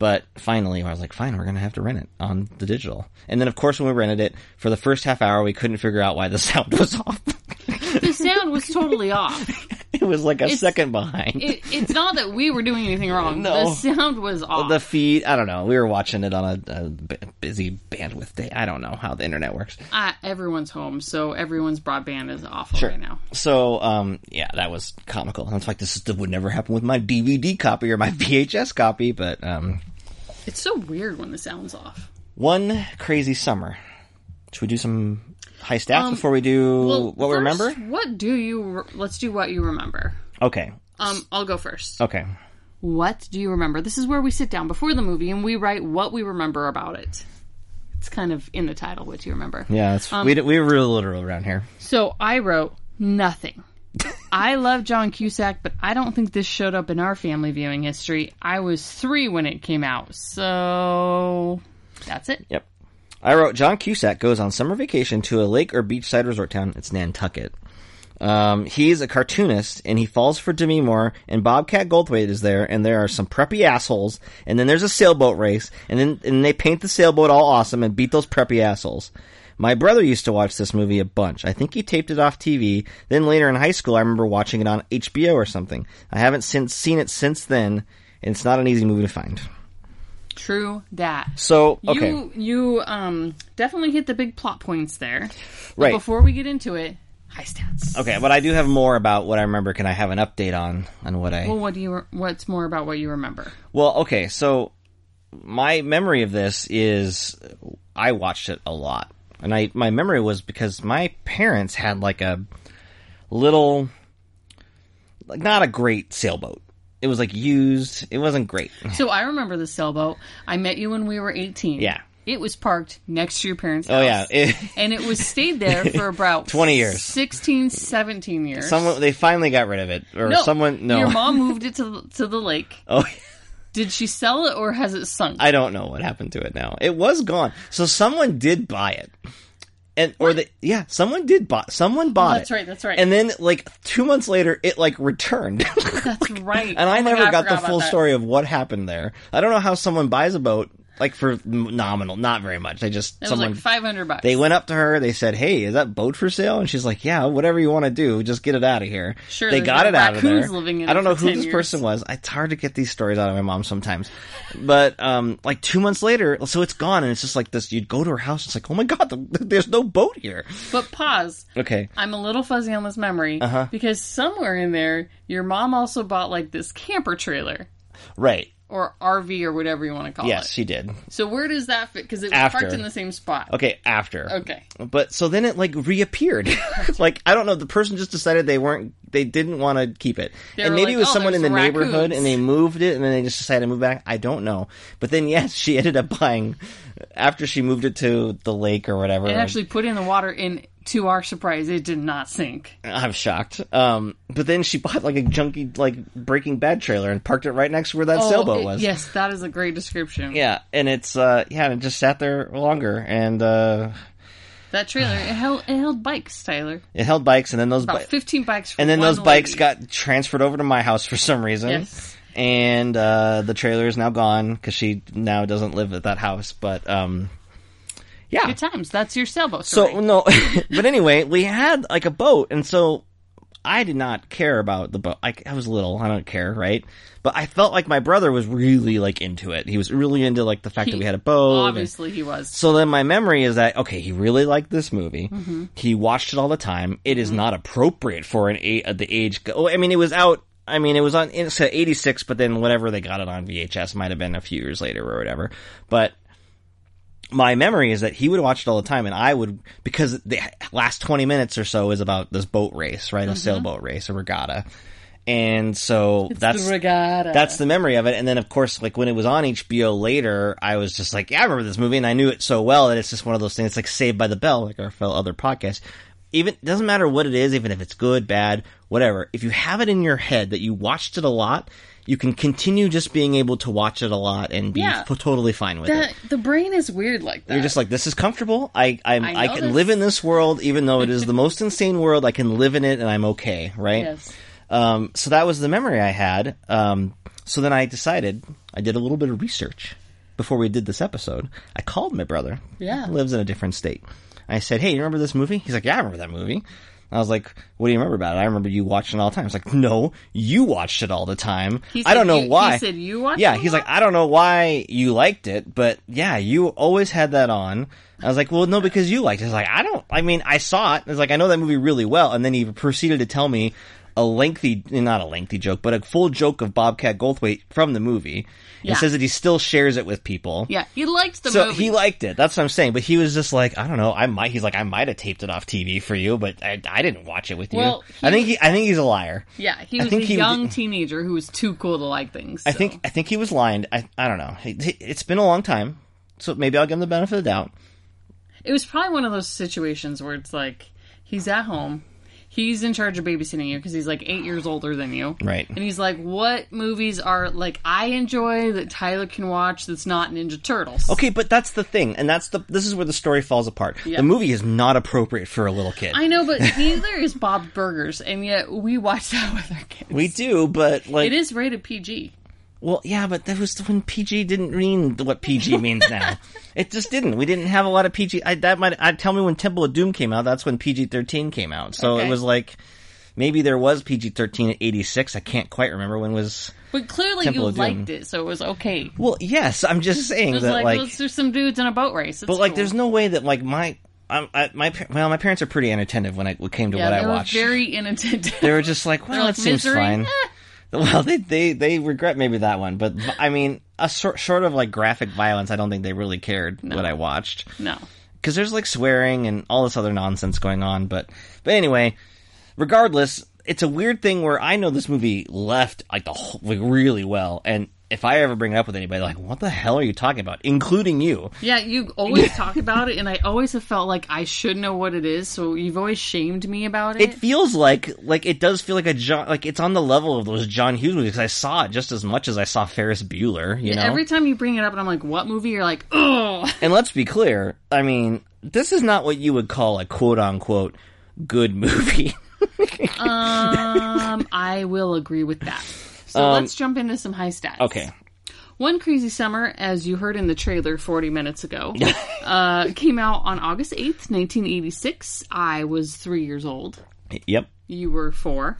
But finally, I was like, fine, we're gonna have to rent it on the digital. And then, of course, when we rented it for the first half hour, we couldn't figure out why the [LAUGHS] sound was off. the sound was totally off. It was like a It's- second behind. It, it's not that we were doing anything wrong. No. The sound was off. the feed, I don't know. We were watching it on a, a b- busy bandwidth day. I don't know how the internet works. Uh, everyone's home, so everyone's broadband is awful right now. So, um, yeah, that was comical. And it's like, this is, that would never happen with my DVD copy or my [LAUGHS] VHS copy, but, um, It's so weird when the sound's off. one crazy summer. Should we do some high stats Um, before we do Well, what we first, remember? What do you? Re- let's do what you remember. Okay. Um, I'll go first. Okay. What do you remember? This is where we sit down before the movie and we write what we remember about it. It's kind of in the title. What do you remember? Yeah, it's, Um, we, d- we're real literal around here. So I wrote nothing. I love John Cusack, but I don't think this showed up in our family viewing history. I was three when it came out, so that's it. Yep. I wrote John Cusack goes on summer vacation to a lake or beachside resort town. It's Nantucket. Um, he's a cartoonist and he falls for Demi Moore and Bobcat Goldthwait is there and there are some preppy assholes and then there's a sailboat race and then and they paint the sailboat all awesome and beat those preppy assholes. My brother used to watch this movie a bunch. I think he taped it off TV. Then later in high school, I remember watching it on HBO or something. I haven't since seen it since then, and it's not an easy movie to find. True that. So okay, You you um definitely hit the big plot points there. But Right. Before we get into it, high stats. Okay, but I do have more about what I remember. Can I have an update on on what I? Well, what do you? What's more about what you remember? Well, okay, so my memory of this is I watched it a lot, and I my memory was because my parents had like a little, like not a great sailboat. It was like used. It wasn't great. So I remember the sailboat. I met you when we were eighteen. Yeah. It was parked next to your parents' Oh yeah, it, [LAUGHS] And it was stayed there for about 20 years. 16, 17 years. someone they finally got rid of it, or someone no. Your mom moved it to the, to the lake. [LAUGHS] Oh, Did she sell it or has it sunk? I don't know what happened to it now. It was gone. So someone did buy it. And or the yeah, someone did buy someone bought that's it. right, that's right. And then like 2 months later it like returned. [LAUGHS] That's right. and I Oh my never God, I got the forgot about full that. story of what happened there. I don't know how someone buys a boat like for m- nominal, not very much. They just It was someone like five hundred bucks. they went up to her. They said, "Hey, is that boat for sale?" And she's like, "Yeah, whatever you want to do, just get it out of here." Sure, they there's got no it out of there. raccoons living in I it don't know for who 10 this years. person was. It's hard to get these stories out of my mom sometimes, but um, like two months later, so it's gone, and it's just like this. You'd go to her house. It's like, oh my god, [LAUGHS] the, there's no boat here. But pause. Okay, I'm a little fuzzy on this memory Uh-huh. because somewhere in there, your mom also bought like this camper trailer right? or RV or whatever you want to call Yes, it. she did. So where does that fit? Because it was After. parked in the same spot. Okay, after. Okay. But so then it like reappeared. [LAUGHS] like I don't know, the person just decided they weren't they didn't want to keep it. They and were maybe like, it was "Oh, someone in the there's neighborhood raccoons." and they moved it and then they just decided to move back. I don't know. But then [LAUGHS] yes, she ended up buying after she moved it to the lake or whatever. It actually put in the water, and to our surprise, it did not sink. I'm shocked. Um but then she bought like a junky like breaking bad trailer and parked it right next to where that sailboat Oh, it- was. Yes, that is a great description. Yeah, and it's uh yeah, and it just sat there longer and uh That trailer it held it held bikes, Tyler. it held bikes and then those About bi- fifteen bikes. For and then one those bikes lady. got transferred over to my house for some reason. Yes. And uh, the trailer is now gone because she now doesn't live at that house. But um, yeah. good times. That's your sailboat. Story. So no, [LAUGHS] but anyway, we had like a boat, and so I did not care about the boat. I, I was little. I don't care, right? But I felt like my brother was really like into it. He was really into like the fact that He- we had a boat. and- obviously he was. so then my memory is that okay, he really liked this movie. He watched it all the time. It is not appropriate for an eight the age. Oh, I mean, it was out. I mean, it was on it's eighty six, but then whatever they got it on VHS might have been a few years later or whatever. But my memory is that he would watch it all the time, and I would because the last twenty minutes or so is about this boat race, right? A sailboat race, a regatta, and so that's the regatta. that's the memory of it. And then, of course, like when it was on HBO later, I was just like, yeah, I remember this movie and I knew it so well that it's just one of those things like Saved by the Bell, like our fellow other podcast. Even, doesn't matter what it is, even if it's good, bad, whatever. If you have it in your head that you watched it a lot, you can continue just being able to watch it a lot and be Yeah. f- totally fine with it. that, the brain is weird like that. You're just like, this is comfortable. I, I'm, I, I know can this. live in this world, even though it is the most insane world. I can live in it and I'm okay, right? yes. Um, so that was the memory I had. Um, so then I decided I did a little bit of research before we did this episode. I called my brother. Yeah. He lives in a different state. I said, "Hey, you remember this movie?" He's like, "Yeah, I remember that movie." I was like, "What do you remember about it?" I remember you watching it all the time. He's like, "No, you watched it all the time." He I don't said know you- he why. said you watched Yeah, it a he's lot? like, I don't know why you liked it, but yeah, you always had that on. I was like, well, no, because you liked it. He's like, I don't. I mean, I saw it. It's like I know that movie really well, and then he proceeded to tell me a lengthy, not a lengthy joke, but a full joke of Bobcat Goldthwait from the movie. Yeah. And says that he still shares it with people. Yeah, he liked the So movie. he liked it. That's what I'm saying. But he was just like, I don't know. I might. He's like, I might have taped it off TV for you, but I, I didn't watch it with Well, you. I think he, I think he's a liar. yeah, he I was a think he young did- teenager who was too cool to like things. I so. think I think he was lying. I I don't know. It, has been a long time, so maybe I'll give him the benefit of the doubt. it was probably one of those situations where it's like he's at home he's in charge of babysitting you because he's like eight years older than you Right. and he's like what movies are like i enjoy that tyler can watch that's not ninja turtles Okay, but that's the thing, and that's the this is where the story falls apart. Yeah. The movie is not appropriate for a little kid. i know but neither is bob burgers and yet we watch that [LAUGHS] with our kids we do, but like, it is rated pg well, yeah, but that was when PG didn't mean what PG means [LAUGHS] now. it just didn't. We didn't have a lot of PG. I, that might. I tell me when Temple of Doom came out. That's when PG thirteen came out. So Okay. it was like maybe there was PG thirteen at eighty six. I can't quite remember when was. but clearly Temple you of Doom. liked it so it was okay it Well, yes, I'm just saying was that like, let's do some dudes in a boat race But like, there's no way that like my, I'm, I, my, par- well, my parents are pretty inattentive when I when it came to yeah, what they I were watched. very inattentive [LAUGHS] They were just like, well, like, it seems "Misery? fine. [LAUGHS] Eh." well, they, they they regret maybe that one, but I mean, a sort short of like graphic violence, I don't think they really cared what I watched [LAUGHS] no because there's like swearing and all this other nonsense going on. But but anyway, regardless, it's a weird thing where I know this movie left like the whole, like really well, and if I ever bring it up with anybody, like, what the hell are you talking about? Including you. Yeah, you always talk about it, and I always have felt like I should know what it is. So you've always shamed me about it. It feels like like it does feel like a John like it's on the level of those John Hughes movies. 'cause I saw it just as much as I saw Ferris Bueller. You know, Every time you bring it up, and I'm like, "What movie?" You're like, "Oh, and let's be clear. I mean, this is not what you would call a quote unquote good movie. [LAUGHS] um, I will agree with that." So let's jump into some high stats. okay, One Crazy Summer, as you heard in the trailer 40 minutes ago, uh, came out on August 8th, 1986. I was three years old. yep. You were four.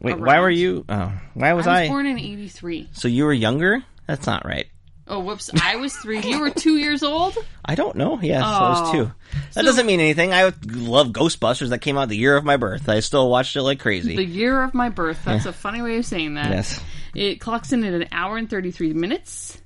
Wait, why were you? Oh, why was I I? was born in 83. so you were younger? That's not right. Oh, whoops. I was three. You were two years old? I don't know. Yeah, so I was Oh. two. That doesn't mean anything. I love Ghostbusters. That came out the year of my birth. I still watched it like crazy. The year of my birth. That's a funny way of saying that. yes. [LAUGHS] It clocks in at an hour and 33 minutes.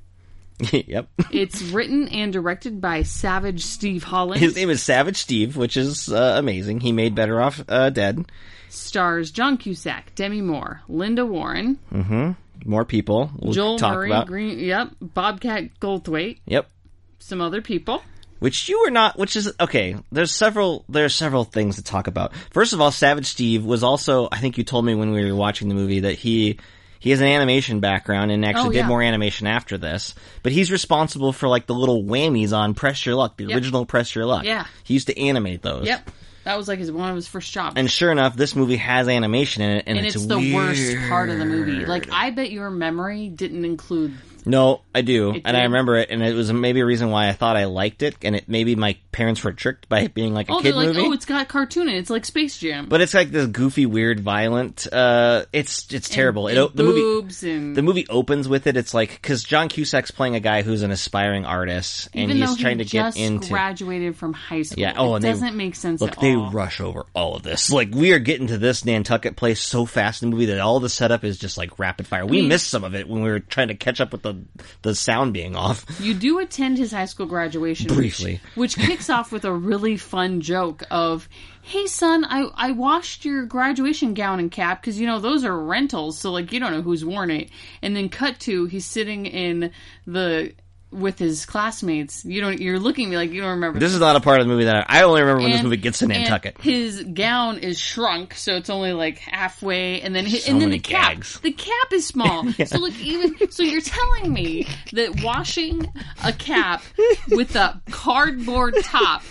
yep. It's written and directed by Savage Steve Holland. His name is Savage Steve, which is uh, amazing. He made Better Off uh, Dead. Stars John Cusack, Demi Moore, Linda Warren, More people we'll Joel talk Murray, about. Green, yep, Bobcat Goldthwait, Yep. some other people. Which you were not. Which is okay. There's several. There's several things to talk about. First of all, Savage Steve was also. I think you told me when we were watching the movie that he. He has an animation background and actually Oh, did yeah. more animation after this. But he's responsible for like the little whammies on Press Your Luck, the original Press Your Luck. Yeah. He used to animate those. Yep. That was like his one of his first jobs. And sure enough, this movie has animation in it and, And it's, the worst part of the movie. Like I bet your memory didn't include No, I do, and I did. remember it, and it was maybe a reason why I thought I liked it, and it maybe my parents were tricked by it being like a Oh, they're kid like, movie. "Oh, it's got cartoon in it. It's like Space Jam." but it's like this goofy, weird, violent. Uh, it's it's terrible. it o- and the movie boobs and the movie opens with it. It's like because John Cusack's playing a guy who's an aspiring artist, and even he's though he trying to just get into. graduated from high school. yeah. Oh, it and they- doesn't make sense Look, at they all. rush over all of this. Like we are getting to this Nantucket place so fast in the movie that all the setup is just like rapid fire. We mean- missed some of it when we were trying to catch up with the the sound being off. You do attend his high school graduation Briefly. which, which kicks off with a really fun joke of, "Hey son, I I washed your graduation gown and cap because you know those are rentals, so like you don't know who's worn it." And then cut to he's sitting in the with his classmates. You don't. You're looking at me like you don't remember. This is not a part of the movie that I, I only remember when this And- movie gets to and Nantucket. His gown is shrunk, so it's only like halfway, and then hi- So and then many the cap. gags. The cap is [LAUGHS] small. So like even so, you're telling me that washing a cap with a cardboard top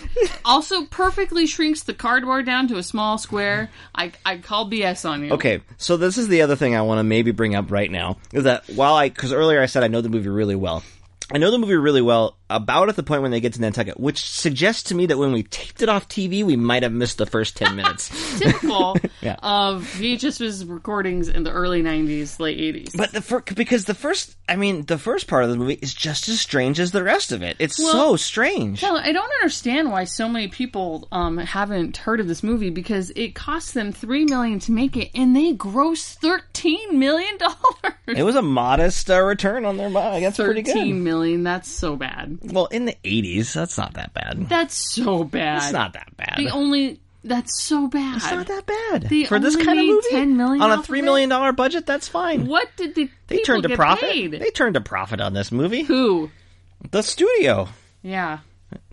also perfectly shrinks the cardboard down to a small square. I I call BS on you. Okay, so this is the other thing I want to maybe bring up right now is that while I, because earlier I said I know the movie really well, I know the movie really well about at the point when they get to Nantucket, which suggests to me that when we taped it off TV, we might have missed the first [LAUGHS] ten minutes. Typical [LAUGHS] Yeah. of VHS's recordings in the early '90s, late '80s. But the first, because the first, I mean, the first part of the movie is just as strange as the rest of it. It's so Well, strange. Tyler, I don't understand why so many people um, haven't heard of this movie because it cost them three million to make it, and they grossed thirteen million dollars. It was a modest uh, return on their money. That's [LAUGHS] pretty Thirteen good. million—that's so bad. Well, in the eighties, that's not that bad. That's so bad. It's not that bad. The only that's so bad. It's not that bad They for this only kind of made movie. 10 million on off a of three million dollar budget, that's fine. What did the They turned get a profit. Paid? They turned a profit on this movie. Who? The studio, Yeah.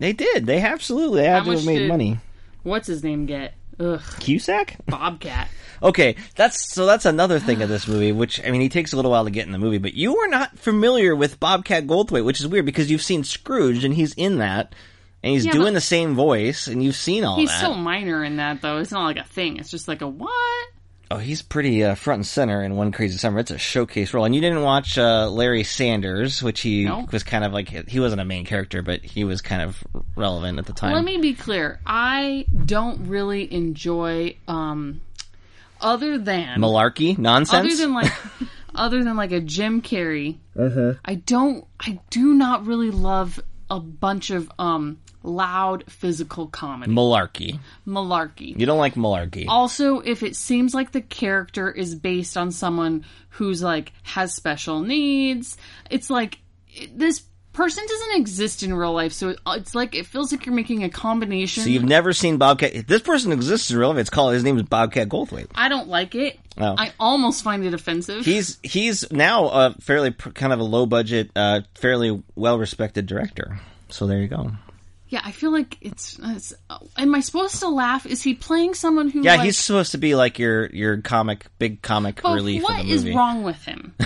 they did. They absolutely had How to have much made did- money. What's his name get? Ugh. Cusack. Bobcat. Okay, that's so. That's another thing of this movie, which I mean, he takes a little while to get in the movie, but you were not familiar with Bobcat Goldthwait, which is weird because you've seen Scrooge and he's in that, and he's Yeah, doing but- the same voice, and you've seen all He's that. so minor in that though. It's not like a thing. It's just like a what? Oh, he's pretty uh, front and center in One Crazy Summer. It's a showcase role, and you didn't watch uh, Larry Sanders, which he No. was kind of like he wasn't a main character, but he was kind of relevant at the time. Let me be clear. I don't really enjoy um other than Malarkey nonsense. other than like other than like a Jim Carrey. I don't I do not really love a bunch of um loud physical comedy. malarkey. Malarkey. You don't like malarkey. Also, if it seems like the character is based on someone who's like has special needs, it's like it- this person doesn't exist in real life, so it- it's like it feels like you're making a combination. So you've never seen Bobcat. if This person exists in real life. It's called. His name is Bobcat Goldthwait. I don't like it. Oh. I almost find it offensive. He's he's now a fairly pr- kind of a low budget, uh, fairly well respected director. So there you go. yeah, I feel like it's, it's. Am I supposed to laugh? Is he playing someone who? Yeah, like, he's supposed to be like your your comic, big comic But relief. what in the is movie. wrong with him? [LAUGHS]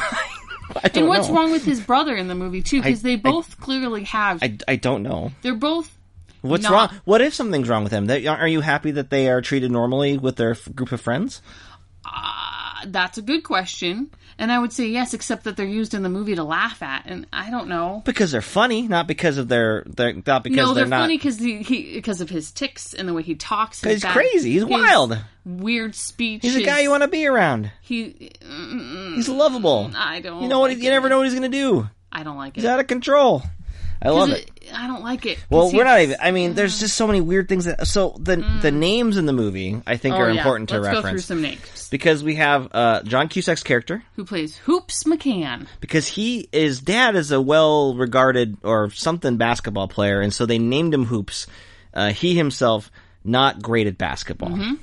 I don't and what's know. wrong with his brother in the movie too? Because I- they I- both clearly have. I, I don't know. they're both. What's Not- wrong? What if something's wrong with them? They, are you happy that they are treated normally with their f- group of friends? Uh, that's a good question, and I would say yes, except that they're used in the movie to laugh at, and I don't know. Because they're funny, not because of their, their not because No, they're, they're, not. funny 'cause funny because he because of his ticks and the way he talks. his he's bad- crazy. He's his wild. Weird speech. He's a guy you want to be around. He. mm, He's lovable. I don't. You know what? like you it. never know what he's going to do. I don't like it. He's out of control. I love it. I don't like it. 'Cause Well, he's- we're not even. I mean, there's just so many weird things that. So the the names in the movie, I think, Oh, are yeah. important to Let's reference go through some names. because we have uh, John Cusack's character Who plays Hoops McCann? because he his dad is a well regarded or something basketball player, and so they named him Hoops. Uh, he himself not great at basketball. Mm-hmm.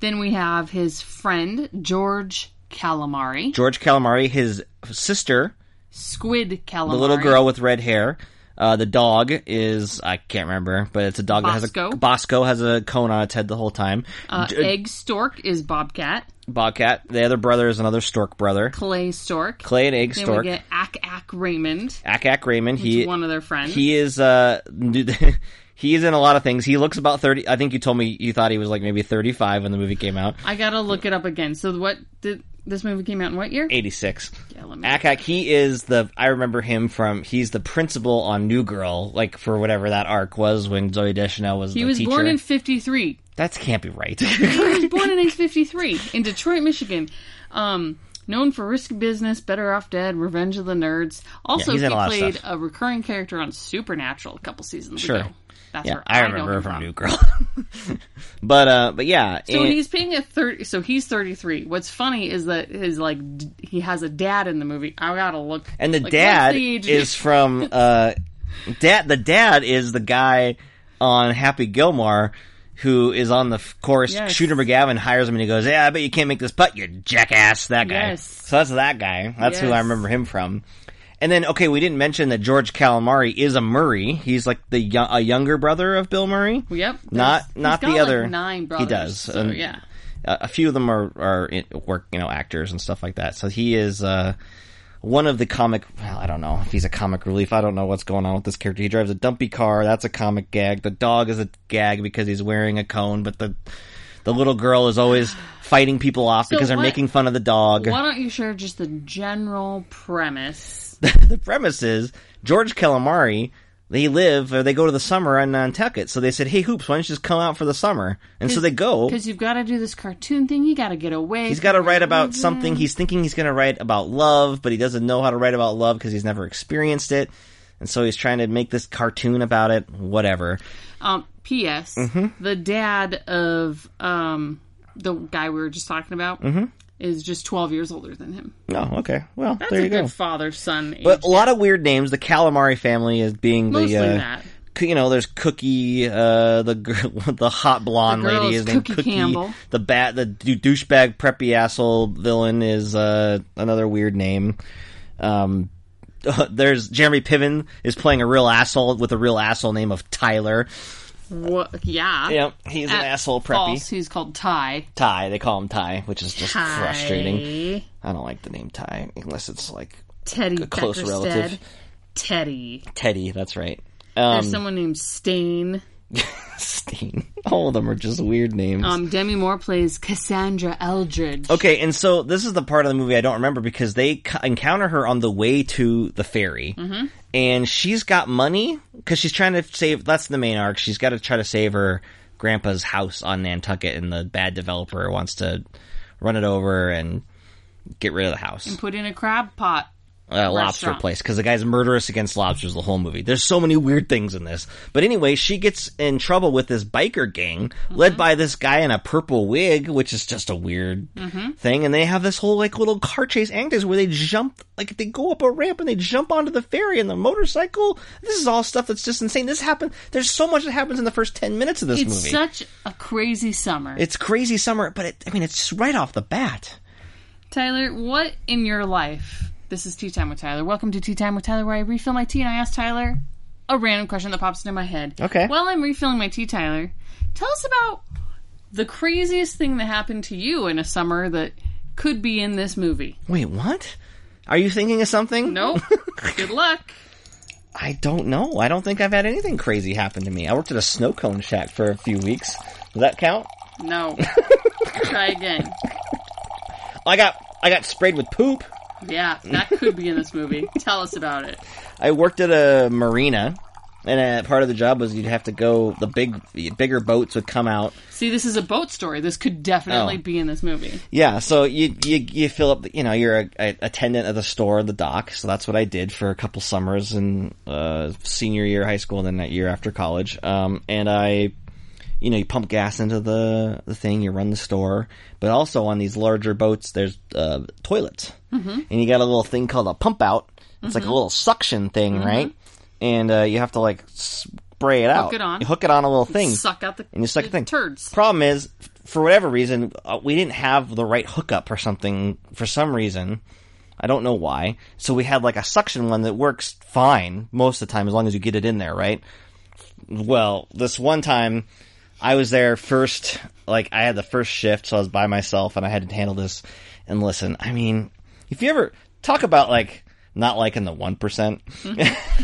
Then we have his friend George Calamari, George Calamari, his sister, Squid Calamari, the little girl with red hair. Uh, the dog is I can't remember, but it's a dog that has Bosco. a Bosco has a cone on its head the whole time. Uh, J- Egg Stork is Bobcat. Bobcat, the other brother is another stork brother. Clay Stork. Clay and Egg then Stork. we get Ack Ack Raymond, Ack Ack Raymond. He one of their friends. he is uh [LAUGHS] he is in a lot of things. He looks about thirty. I think you told me you thought he was like maybe thirty five when the movie came out. I gotta look it up again. So what did this movie came out in what year? Eighty six. Yeah, let me- Ack Ack. He is the I remember him from he's the principal on New Girl, like for whatever that arc was when Zoe Deschanel was He the was teacher. born in '53. that can't [LAUGHS] be right. He was born in 1953 in Detroit, Michigan. Um, known for Risk Business, Better Off Dead, Revenge of the Nerds. Also, he's in a lot of he played stuff. a recurring character on Supernatural a couple seasons Sure. ago. That's yeah, where I know remember him from, New Girl. [LAUGHS] but uh, but yeah. So and- he's being a thirty. So he's thirty three. What's funny is that his like d- he has a dad in the movie. I gotta look. And the like, what's dad the age- [LAUGHS] is from uh, dad. The dad is the guy on Happy Gilmore who is on the f- chorus. Yes. Shooter McGavin hires him, and he goes, "Yeah, I bet you can't make this putt, you jackass." That guy. Yes. So that's that guy. That's who I Yes. remember him from. And then, okay, we didn't mention that George Calamari is a Murray. He's like the yo- a younger brother of Bill Murray. Yep. Not There's- not he's got, the like, other nine He brothers, does. so, Um, yeah. a a few of them are are in, work you know actors and stuff like that. So he is uh, one of the comic. Well, I don't know if he's a comic relief. I don't know what's going on with this character. He drives a dumpy car. That's a comic gag. The dog is a gag because he's wearing a cone, but the the little girl is always fighting people off because they're what- making fun of the dog. Why don't you share just the general premise? [LAUGHS] the premise is George Calamari. They live or they go to the summer on Nantucket. So they said, "Hey, hoops, why don't you just come out for the summer?" And so they go. Because you've got to do this cartoon thing. You got to get away. He's got to from write your about own- something. He's thinking he's going to write about love, but he doesn't know how to write about love because he's never experienced it. And so he's trying to make this cartoon about it, whatever. Um, P.S. Mm-hmm. The dad of um the guy we were just talking about Mm-hmm. is just twelve years older than him. No, Oh, okay. Well, That's there a you go. good father son. But a lot of weird names. The calamari family is being Mostly the, uh, that. c- you know, there's Cookie, uh, the girl, [LAUGHS] the hot blonde The girl lady is is named Cookie Cookie. Campbell. The bat, the dou- douchebag preppy asshole villain is uh, another weird name. Um, [LAUGHS] there's Jeremy Piven is playing a real asshole with a real asshole name of Tyler. Wha- yeah. Yep, he's an At asshole preppy. Uh, False, he's called Ty. Ty, they call him Ty, which is just frustrating. Ty. I don't like the name Ty unless it's like Teddy A close Beckerstead. relative. Teddy. Teddy. That's right. There's Um, someone named Stain. Steen. [LAUGHS] All of them are just weird names. Um, Demi Moore plays Cassandra Eldridge. Okay, and so this is the part of the movie I don't remember because they c- encounter her on the way to the ferry, and she's got money because she's trying to save. That's the main arc. She's got to try to save her grandpa's house on Nantucket, and the bad developer wants to run it over and get rid of the house. Put in a crab pot. uh, lobster Restaurant. place because the guy's murderous against lobsters the whole movie. There's so many weird things in this. But anyway, she gets in trouble with this biker gang led by this guy in a purple wig, which is just a weird thing. And they have this whole like little car chase antics where they jump, like they go up a ramp and they jump onto the ferry and the motorcycle. This is all stuff that's just insane. This happened. There's so much that happens in the first ten minutes of this It's movie. such a crazy summer. it's crazy summer, but it, I mean, it's just right off the bat. Tyler, what in your life? This is Tea Time with Tyler. Welcome to Tea Time with Tyler, where I refill my tea and I ask Tyler a random question that pops into my head. Okay. While I'm refilling my tea, Tyler, tell us about the craziest thing that happened to you in a summer that could be in this movie. Wait, what? Are you thinking of something? [LAUGHS] Nope. Good luck. I don't know. I don't think I've had anything crazy happen to me. I worked at a snow cone shack for a few weeks. Does that count? No. Try again. I got I got sprayed with poop. Yeah, that could be in this movie. Tell us about it. I worked at a marina, and uh part of the job was you'd have to go. The big bigger boats would come out. See, this is a boat story. This could definitely Oh. be in this movie. Yeah, so you you you fill up. the- You know, you're a, a attendant at the store, the dock. So that's what I did for a couple summers in uh, senior year of high school, and then that year after college. Um, and I, you know, you pump gas into the the thing, you run the store, but also on these larger boats, there's uh, toilets, mm-hmm. and you got a little thing called a pump out. It's like a little suction thing, right? And uh, you have to like spray it out. it on. You hook it on a little thing Suck out the, and you suck the thing. turds. Problem is, f- for whatever reason, uh, we didn't have the right hookup or something. For some reason, I don't know why. So we had like a suction one that works fine most of the time, as long as you get it in there, right? Well, this one time, I was there first. Like I had the first shift, so I was by myself, and I had to handle this. And listen, I mean, if you ever talk about like not liking the one percent.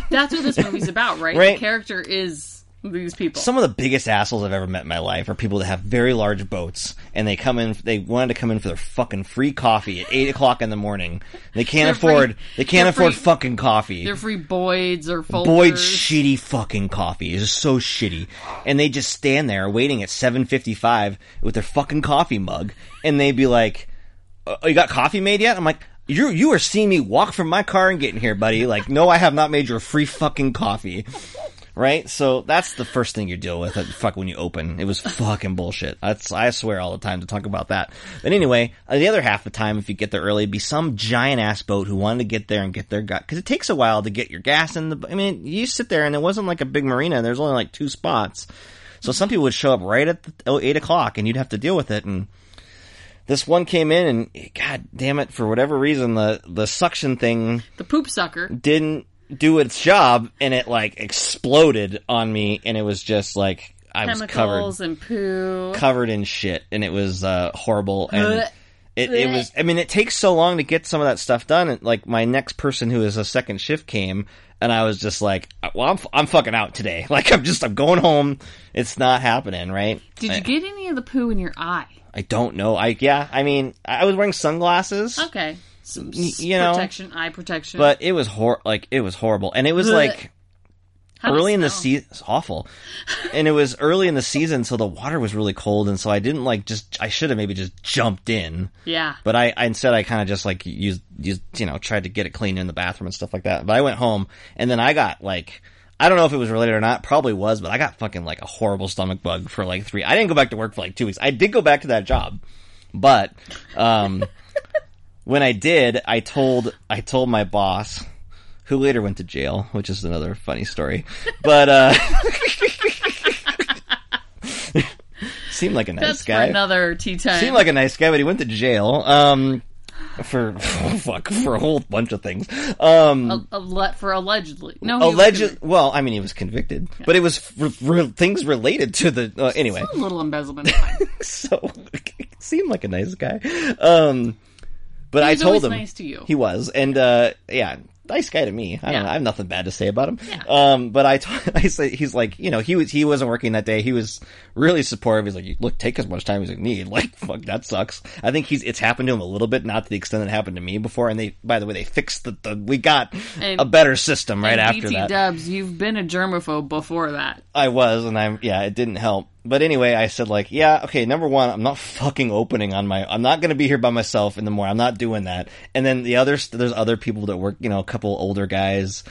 That's what this movie's about, right? Right. The character is these people. some of the biggest assholes I've ever met in my life are people that have very large boats and they come in. They wanted to come in for their fucking free coffee at eight o'clock in the morning. They can't They're free- afford. They can't they're afford free- fucking coffee. They're free Boyds or Folgers. Boyd's shitty fucking coffee is so shitty, and they just stand there waiting at seven fifty five with their fucking coffee mug, and they'd be like, "Oh, you got coffee made yet?" I'm like. You you are seeing me walk from my car and get in here, buddy. Like, no, I have not made your free fucking coffee, right? So that's the first thing you deal with. At, fuck when you open, it was fucking bullshit. That's I swear all the time to talk about that. But anyway, uh, the other half of the time, if you get there early, it'd be some giant ass boat who wanted to get there and get their gas because it takes a while to get your gas in the. I mean, you sit there and it wasn't like a big marina. There's only like two spots, so some people would show up right at the, oh, eight o'clock, and you'd have to deal with it and this one came in and god damn it for whatever reason the the suction thing The poop sucker. didn't do its job and it like exploded on me and it was just like i was covered Chemicals and poo. covered in shit and it was uh horrible and Blech. it, it was i mean it takes so long to get some of that stuff done and like my next person who is a second shift came and i was just like "Uh, well i'm, f- I'm fucking out today [LAUGHS] like i'm just i'm going home it's not happening right Did I, you get any of the poo in your eye? i don't know i yeah i mean i I was wearing sunglasses Okay. Some Y- s- you know, protection, eye protection. But it was hor like it was horrible, and it was Blech. like How does early it in the smell? season. It's awful, and it was early in the season, so the water was really cold, and so I didn't like just. I should have maybe just jumped in, Yeah. but I, I instead I kind of just like used, used you know tried to get it clean in the bathroom and stuff like that. But I went home, and then I got like. I don't know if it was related or not. Probably was, but I got fucking like a horrible stomach bug for like three. I didn't go back to work for like two weeks. I did go back to that job, but um, [LAUGHS] when I did, I told I told my boss, who later went to jail, which is another funny story. But uh [LAUGHS] seemed like a nice That's guy. for another tea time. Seemed like a nice guy, but he went to jail. Um for [LAUGHS] fuck for a whole bunch of things. Um a, a le- for allegedly. No, he was alleged convicted. well, I mean he was convicted, but it was r- r- things related to the uh, anyway. A little embezzlement. [LAUGHS] so seemed like a nice guy. Um, but I was told always him nice to you. he was, and uh, yeah, nice guy to me. I don't Yeah. know. I have nothing bad to say about him. Um, but I, t- [LAUGHS] I say he's like, you know, he was he wasn't working that day. He was really supportive. He's like, look, take as much time as you need. [LAUGHS] Like, fuck, that sucks. I think he's it's happened to him a little bit, not to the extent that it happened to me before. And they, by the way, they fixed the, the we got And- a better system right And after BT that. Dubs, you've been a germaphobe before that. I was, and I'm yeah, it didn't help. but anyway, I said like, yeah, okay, number one, I'm not fucking opening on my, I'm not gonna be here by myself in the morning. I'm not doing that. And then the others, there's other people that work, you know, a couple older guys,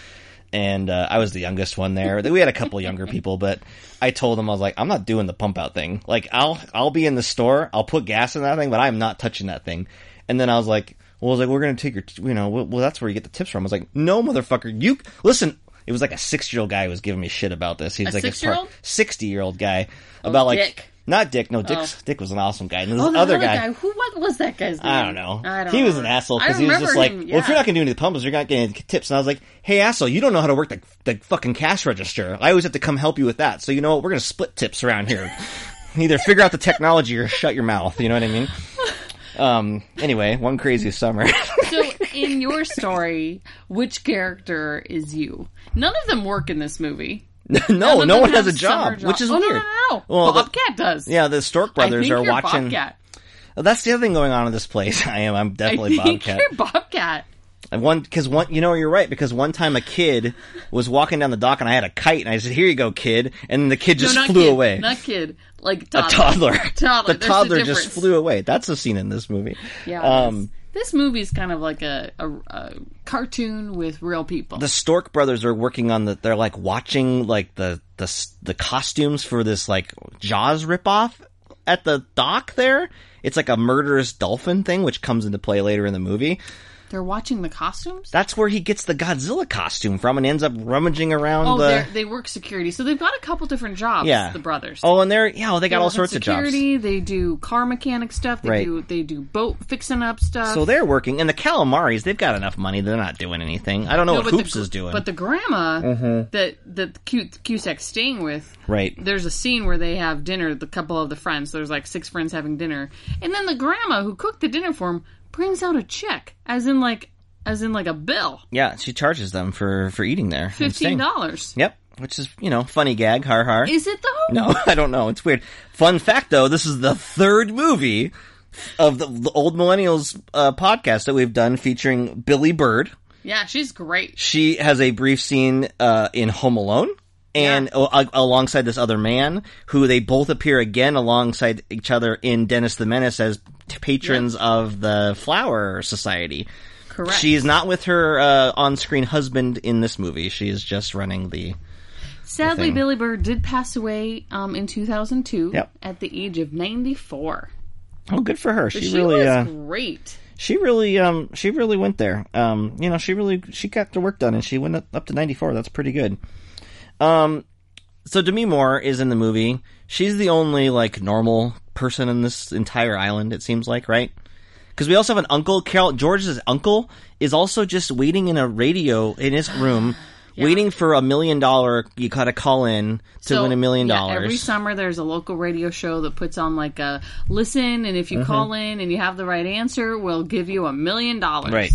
and uh, I was the youngest one there. We had a couple younger people, but I told them I was like, I'm not doing the pump out thing. Like, I'll, I'll be in the store, I'll put gas in that thing, but I'm not touching that thing. And then I was like, well, I was like, we're gonna take your, t- you know, well, well, that's where you get the tips from. I was like, no, motherfucker, you listen. It was like a six-year-old guy who was giving me shit about this. He was like a six-year-old? Oh, part, sixty-year-old guy about like Dick. not Dick. No, Dick. Dick was an awesome guy. And this Oh, the other guy, Who? What was that guy's name? I don't know. I don't he was know. an asshole I because he was remember just like, him, well, if yeah. you're not gonna do any of the pumps, you're not getting any tips. And I was like, hey, asshole, you don't know how to work the the fucking cash register. I always have to come help you with that. So you know what? We're gonna split tips [LAUGHS] around here. Either figure out the technology or shut your mouth. You know what I mean? Um. Anyway, one crazy summer. [LAUGHS] So, in your story, which character is you? None of them work in this movie. no, None of Oh, no them one has have a job, summer which is jobs. Oh, No, weird. no, no. Well, the- Bobcat does. yeah, the Stork brothers I think are you're watching. Bobcat. That's the other thing going on in this place. [LAUGHS] I am. I I'm definitely think Bobcat. you're Bobcat. And one because one you know you're right because one time a kid was walking down the dock and I had a kite and I said here you go kid and the kid No, just not flew kid. away Not kid. Like a [LAUGHS] toddler Toddler. the There's a toddler just difference. flew away that's a scene in this movie Yeah. um this this movie's kind of like a, a, a cartoon with real people. the Stork brothers are working on the they're like watching like the the s- the costumes for this like Jaws ripoff at the dock there it's like a murderous dolphin thing which comes into play later in the movie They're watching the costumes. that's where he gets the Godzilla costume from and ends up rummaging around Oh, the they're they work security, so they've got a couple different jobs. yeah the brothers. oh and they're yeah well, they got They all work in sorts of jobs security, of jobs. They do car mechanic stuff. They Right. do they do boat fixing up stuff. So they're working, and the calamaris, they've got enough money. They're not doing anything. I don't know No, what but Hoops the, is doing. Mm-hmm. But the grandma that that Cu- Cusack's staying with, right. there's a scene where they have dinner. The couple of the friends, there's like six friends having dinner, and then the grandma who cooked the dinner for him brings out a check, as in like as in like a bill, Yeah, she charges them for, for eating there. and fifteen staying. dollars. Yep. Which is, you know, funny gag, har har. Is it though? [LAUGHS] no, I don't know. It's weird. Fun fact, though, this is the third movie of the, the Old Millennials uh, podcast that we've done featuring Billy Bird. Yeah, she's great. She has a brief scene uh, in Home Alone. And a- a- alongside this other man, who they both appear again alongside each other in Dennis the Menace as t- patrons of the Flower Society. Correct. She is not with her uh, on-screen husband in this movie. She is just running the. Sadly, thing. Billy Bird did pass away um, in 2002 Yep. at the age of 94. Oh, good for her. She, She really, was uh, great. she really, um, she really went there. Um, you know, she really, she got the work done, and she went up, up to ninety-four. That's pretty good. Um, so Demi Moore is in the movie. She's the only like normal person in this entire island. It seems like, right? Because we also have an uncle. Carol George's uncle is also just waiting in a radio in his [SIGHS] room, waiting for a million dollar. You gotta call in to win a million yeah, dollars. Every summer, there's a local radio show that puts on like a listen, and Mm-hmm. if you call in and you have the right answer, we'll give you a million dollars. Right.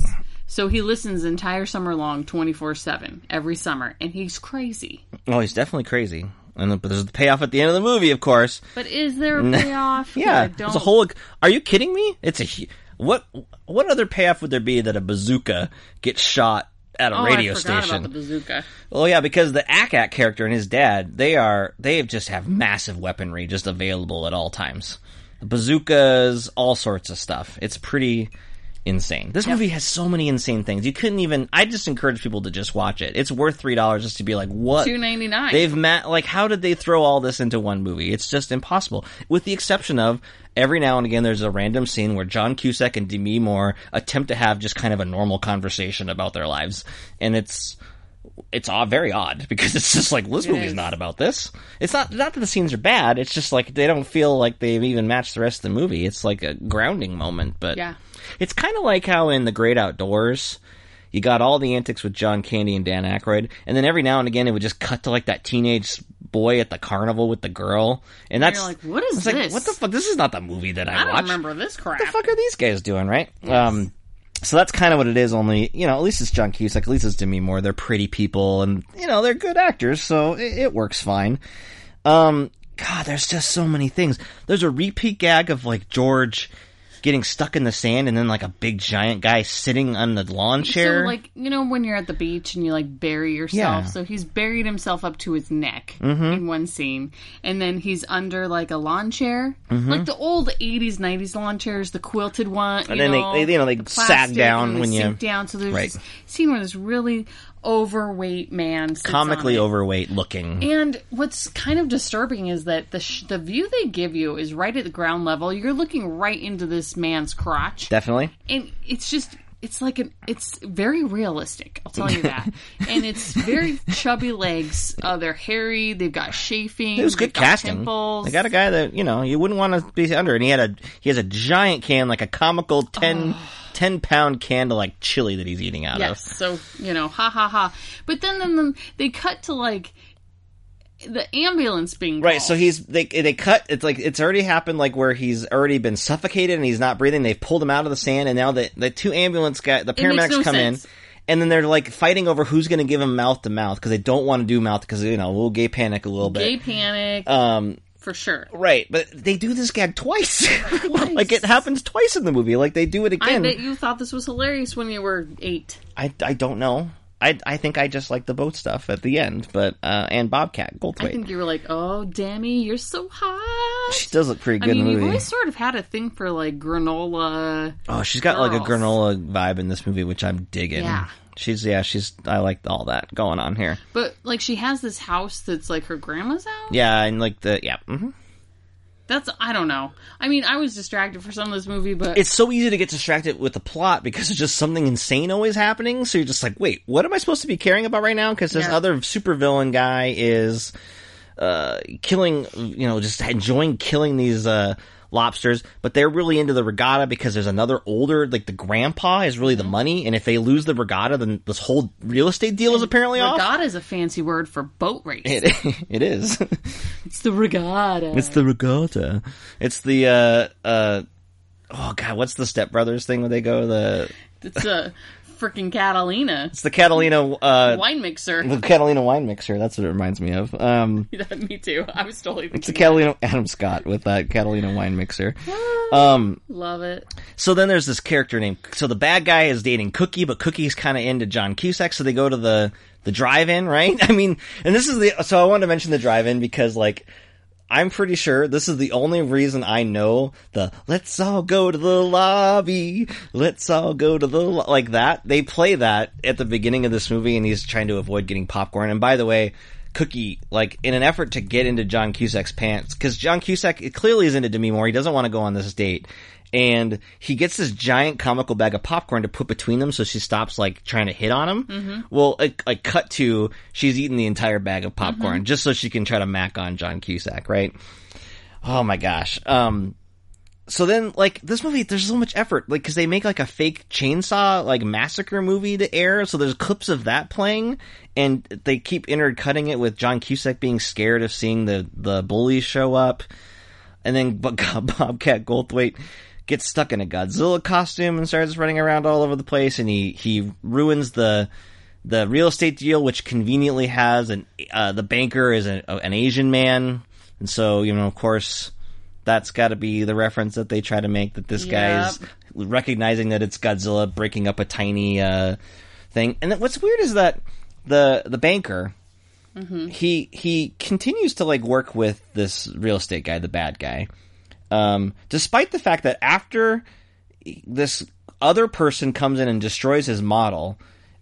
So he listens entire summer long, 24 7, every summer, and he's crazy. Oh, he's definitely crazy. And the, but there's the payoff at the end of the movie, of course. But is there a [LAUGHS] payoff? Yeah, I it's don't. a whole. Are you kidding me? It's a hu- what? What other payoff would there be that a bazooka gets shot at a Oh, radio I forgot station? about the bazooka. Well, yeah, because the Akak character and his dad, they are they have just have massive weaponry just available at all times, bazookas, all sorts of stuff. It's pretty insane. This movie has so many insane things. You couldn't even. I just encourage people to just watch it. It's worth three dollars just to be like, what? $2.99. They've ma- like, how did they throw all this into one movie? It's just impossible. With the exception of every now and again, there's a random scene where John Cusack and Demi Moore attempt to have just kind of a normal conversation about their lives, and it's it's odd, very odd [LAUGHS] because it's just like well, this movie's is. not about this. It's not not that the scenes are bad. It's just like they don't feel like they've even matched the rest of the movie. It's like a grounding moment, but Yeah. it's kind of like how in The Great Outdoors. You got all the antics with John Candy and Dan Aykroyd, and then every now and again it would just cut to like that teenage boy at the carnival with the girl, and that's like, what is it's like, this? what the fuck? This is not the movie that I, I don't watched remember this crap. the fuck are these guys doing, right? Um, so that's kind of what it is. Only you know, at least it's John Cusack, at least it's Demi Moore. They're pretty people, and you know they're good actors, so it, it works fine. Um, God, there's just so many things. There's a repeat gag of like George getting stuck in the sand and then like a big giant guy sitting on the lawn chair. So, like, you know, when you're at the beach and you like bury yourself. Yeah. Mm-hmm. So he's buried himself up to his neck in one scene, and then he's under like a lawn chair, Mm-hmm. like the old '80s, '90s lawn chairs, the quilted one. And you then they- know, they- you know, they the sag plastic, down and they when you- sink down. So there's Right. this scene where this really overweight man, sits on comically it. overweight looking. And what's kind of disturbing is that the sh- the view they give you is right at the ground level. You're looking right into this man's crotch Definitely. and it's just it's like an it's very realistic i'll tell you [LAUGHS] that and it's very chubby legs uh, they're hairy they've got chafing It was good they've got casting. pimples. They got a guy that you know you wouldn't want to be under, and he had a he has a giant can like a [SIGHS] comical 10, 10 pound can of like chili that he's eating out yes of. so you know ha ha ha but then then, then they cut to like the ambulance being Right, called. so he's they they cut. It's like it's already happened, like where he's already been suffocated and he's not breathing. They've pulled him out of the sand, and now the the two ambulance guy, the makes paramedics no come sense. in, and then they're like fighting over who's going to give him mouth to mouth because they don't want to do mouth because you know we'll gay panic a little gay bit. panic Um, for sure right, but they do this gag twice. [LAUGHS] like it happens twice in the movie. Like they do it i again. bet you thought this was hilarious when you were eight I, I don't know. I, I think I just like the boat stuff at the end, but uh, and Bobcat i Goldthwait. think you were like oh dammy you're so hot She does look pretty I good mean, in the you've movie. always sort of had a thing for like granola. Oh, she's got like a girls. granola vibe in this movie, which I'm digging. Yeah. She's yeah, she's I like all that going on here. But like she has this house that's like her grandma's house. Yeah, and like the yeah, hmm That's I don't know. I mean, I was distracted for some of this movie, but it's so easy to get distracted with the plot because there's just something insane always happening. So you're just like, wait, what am I supposed to be caring about right now? Because this Yeah. other supervillain guy is uh, killing, you know, just enjoying killing these uh, lobsters. But they're really into the regatta because there's another older, like the grandpa is really Mm-hmm. the money. And if they lose the regatta, then this whole real estate deal is apparently off. regatta is a fancy word for boat race. [LAUGHS] It, it is. It's the regatta. [LAUGHS] It's the regatta. It's the uh uh oh god, what's the Step Brothers thing where they go the It's a freaking Catalina It's the Catalina uh wine mixer. [LAUGHS] the Catalina wine mixer. That's what it reminds me of. Um, Me too. I was totally it's the thinking. Catalina Adam Scott with that Catalina wine mixer. Um, Love it. so then there's this character named. So the bad guy is dating Cookie, but Cookie's kind of into John Cusack. So they go to the the drive-in, right? [LAUGHS] I mean, and this is the. So I wanted to mention the drive-in because like. I'm pretty sure this is the only reason I know the "Let's all go to the lobby, let's all go to the lo-, like that." They play that at the beginning of this movie, and he's trying to avoid getting popcorn. And by the way, Cookie, like in an effort to get into John Cusack's pants, because John Cusack clearly is into Demi Moore. He doesn't want to go on this date, and he gets this giant comical bag of popcorn to put between them, so she stops like trying to hit on him. Well, like, like cut to she's eating the entire bag of popcorn just so she can try to mac on John Cusack, right? Oh my gosh. Um, so then like this movie, there's so much effort, like because they make like a fake chainsaw like massacre movie to air, so there's clips of that playing, and they keep intercutting it with John Cusack being scared of seeing the the bullies show up and then Bo- [LAUGHS] Bobcat Goldthwait gets stuck in a Godzilla costume and starts running around all over the place, and he he ruins the the real estate deal, which conveniently has an uh, the banker is an, an Asian man, and so you know of course that's got to be the reference that they try to make that this guy is Yep. recognizing that it's Godzilla breaking up a tiny uh, thing, and then what's weird is that the the banker he he continues to like work with this real estate guy, the bad guy, um, despite the fact that after this other person comes in and destroys his model,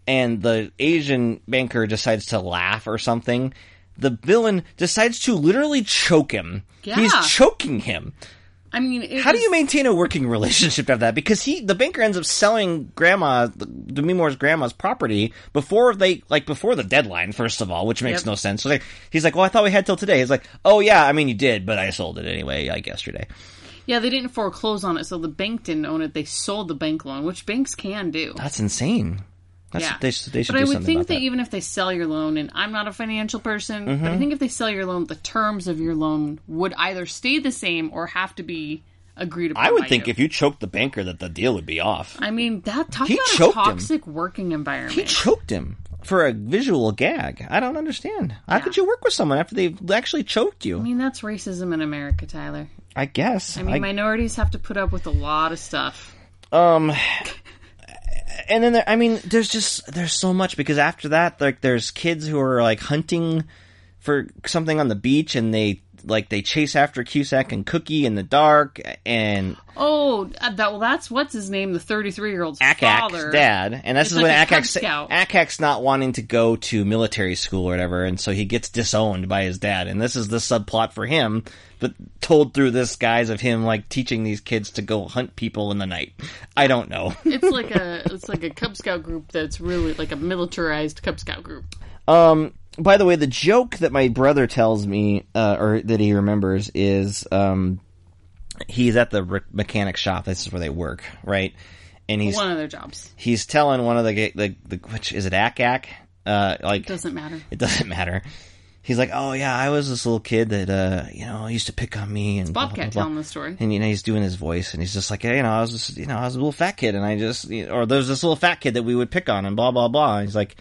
and the Asian banker decides to laugh or something, the villain decides to literally choke him. He's Yeah. choking him. I mean, it How do was- you maintain a working relationship after that? Because he, the banker, ends up selling grandma, Demi Moore's grandma's property before they, like, before the deadline. First of all, which makes Yep. no sense. So like, he's like, "Well, I thought we had till today." He's like, "Oh yeah, I mean you did, but I sold it anyway, like yesterday." Yeah, they didn't foreclose on it, so the bank didn't own it. They sold the bank loan, which banks can do. That's insane. That's yeah, they, sh- they should but do I would something think about that, that. Mm-hmm. even if they sell your loan, and I'm not a financial person, but I think if they sell your loan, the terms of your loan would either stay the same or have to be agreed upon. I would by think you. if you choked the banker, that the deal would be off. I mean that talk He about a choked him. toxic working environment. He choked him. for a visual gag. I don't understand. How could you work with someone after they've actually choked you? I mean, that's racism in America, Tyler. I guess. I mean, minorities have to put up with a lot of stuff. Um, and then there, I mean, there's just there's so much because after that, like there's kids who are like hunting for something on the beach, and they like they chase after Cusack and Cookie in the dark, and Oh, uh, that well, that's what's his name, the 33 year old's father. Akak's dad, and this It's is when like a Cub Akak's Scout. Akak's not wanting to go to military school or whatever, and so he gets disowned by his dad, and this is the subplot for him, but told through this guise of him like teaching these kids to go hunt people in the night. I don't know. It's like a it's like a Cub Scout group that's really like a militarized Cub Scout group. Um, by the way, the joke that my brother tells me, uh, or that he remembers, is um, he's at the re- mechanic shop. This is where they work, right? And he's One of their jobs he's telling one of the, ga- the, the which is it Akak? Uh, like doesn't matter. it doesn't [LAUGHS] matter. He's like, oh yeah, I was this little kid that uh, you know used to pick on me and blah, blah, Bobcat blah, blah." telling the story. And you know he's doing his voice, and he's just like, "Hey, you know, I was just, you know, I was a little fat kid, and I just, you know, or there's this little fat kid that we would pick on, and blah blah blah. And he's like,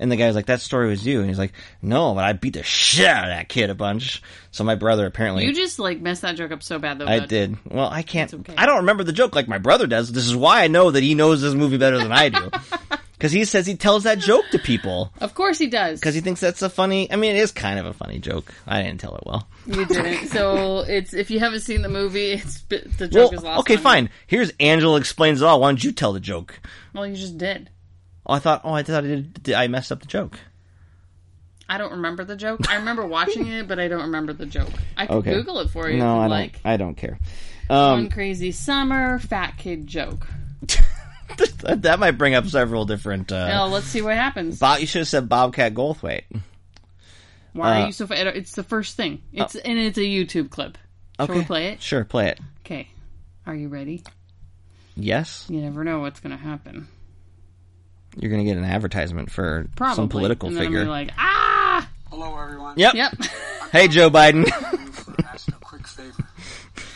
and the guy's like, that story was you, and he's like, no, but I beat the shit out of that kid a bunch. So my brother apparently, You just like messed that joke up so bad though. I bud. did. Well, I can't. okay. I don't remember the joke like my brother does. This is why I know that he knows this movie better than I [LAUGHS] do, because he says he tells that joke to people Of course he does. because he thinks that's a funny. I mean, it is kind of a funny joke. I didn't tell it well. [LAUGHS] You didn't. So it's if you haven't seen the movie, it's the joke is well, lost. okay, on you. fine. Here's Angela explains it all. Why don't you tell the joke? Well, you just did. Oh, I thought. Oh, I thought I, did, did I messed up the joke. I don't remember the joke. I remember watching it, but I don't remember the joke. I could Okay. Google it for you. if you'd like I don't care. one crazy summer fat kid joke. that, that might bring up several different. Uh, Now let's see what happens. Bob, you should have said Bobcat Goldthwait. Why uh, are you so? Fa- it's the first thing. It's and it's a YouTube clip. Shall we play it? Sure, play it. Okay. Are you ready? Yes, You never know what's gonna happen. you're going to get an advertisement for Probably some political and then I'm figure. gonna be like ah. Hello, everyone. yep. Yep. Hey, Joe Biden. [LAUGHS] Thank you for asking a quick favor.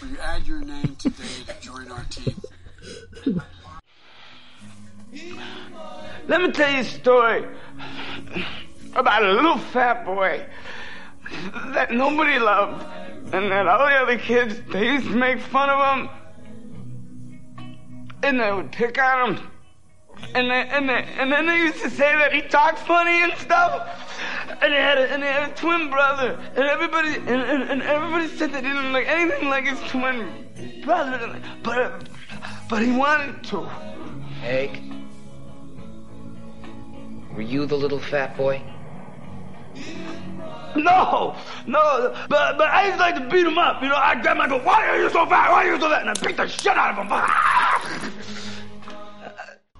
Will you add your name today to join our team? Let me tell you a story about a little fat boy that nobody loved, and that all the other kids they used to make fun of him, and they would pick on him, and they, and they, and then they used to say that he talked funny and stuff. And they had a, and they had a twin brother, and everybody and, and, and everybody said they didn't look anything like his twin brother, but but he wanted to. Hank? Were you the little fat boy? [LAUGHS] No, no, but but I used to like to beat him up. You know, I grab him, I go, why are you so fat? Why are you so fat? And I beat the shit out [LAUGHS] of Ah! him.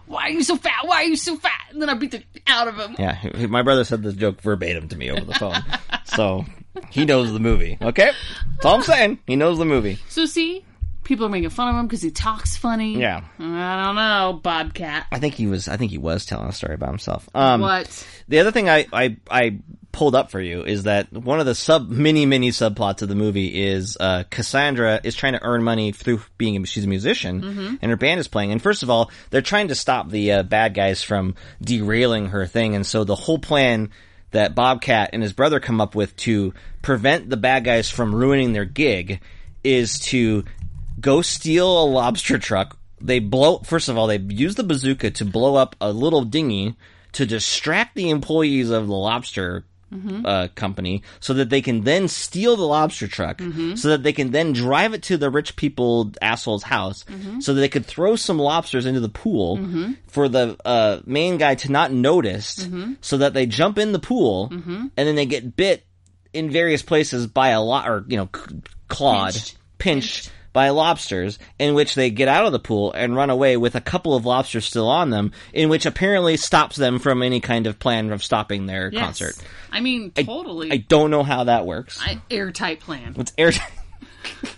Why are you so fat? Why are you so fat? And then I beat the out of him. yeah, he- my brother said this joke verbatim to me over the phone, so he knows the movie. Okay, that's all I'm saying. He knows the movie. So see, people are making fun of him because he talks funny. Yeah. I don't know, Bobcat. I think he was. I think he was telling a story about himself. Um, What? The other thing I, I I pulled up for you is that one of the sub mini mini subplots of the movie is uh, Cassandra is trying to earn money through being a, she's a musician and her band is playing. And first of all, they're trying to stop the uh, bad guys from derailing her thing. And so the whole plan that Bobcat and his brother come up with to prevent the bad guys from ruining their gig is to go steal a lobster truck. They blow. First of all, they use the bazooka to blow up a little dinghy to distract the employees of the lobster uh, company, so that they can then steal the lobster truck, so that they can then drive it to the rich people asshole's house, so that they could throw some lobsters into the pool for the uh, main guy to not notice, so that they jump in the pool and then they get bit in various places by a lot or you know c- clawed Pinched. pinched by lobsters, in which they get out of the pool and run away with a couple of lobsters still on them, in which apparently stops them from any kind of plan of stopping their Yes. concert. I mean, totally. I don't know how that works. I- airtight plan. It's air. [LAUGHS]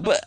but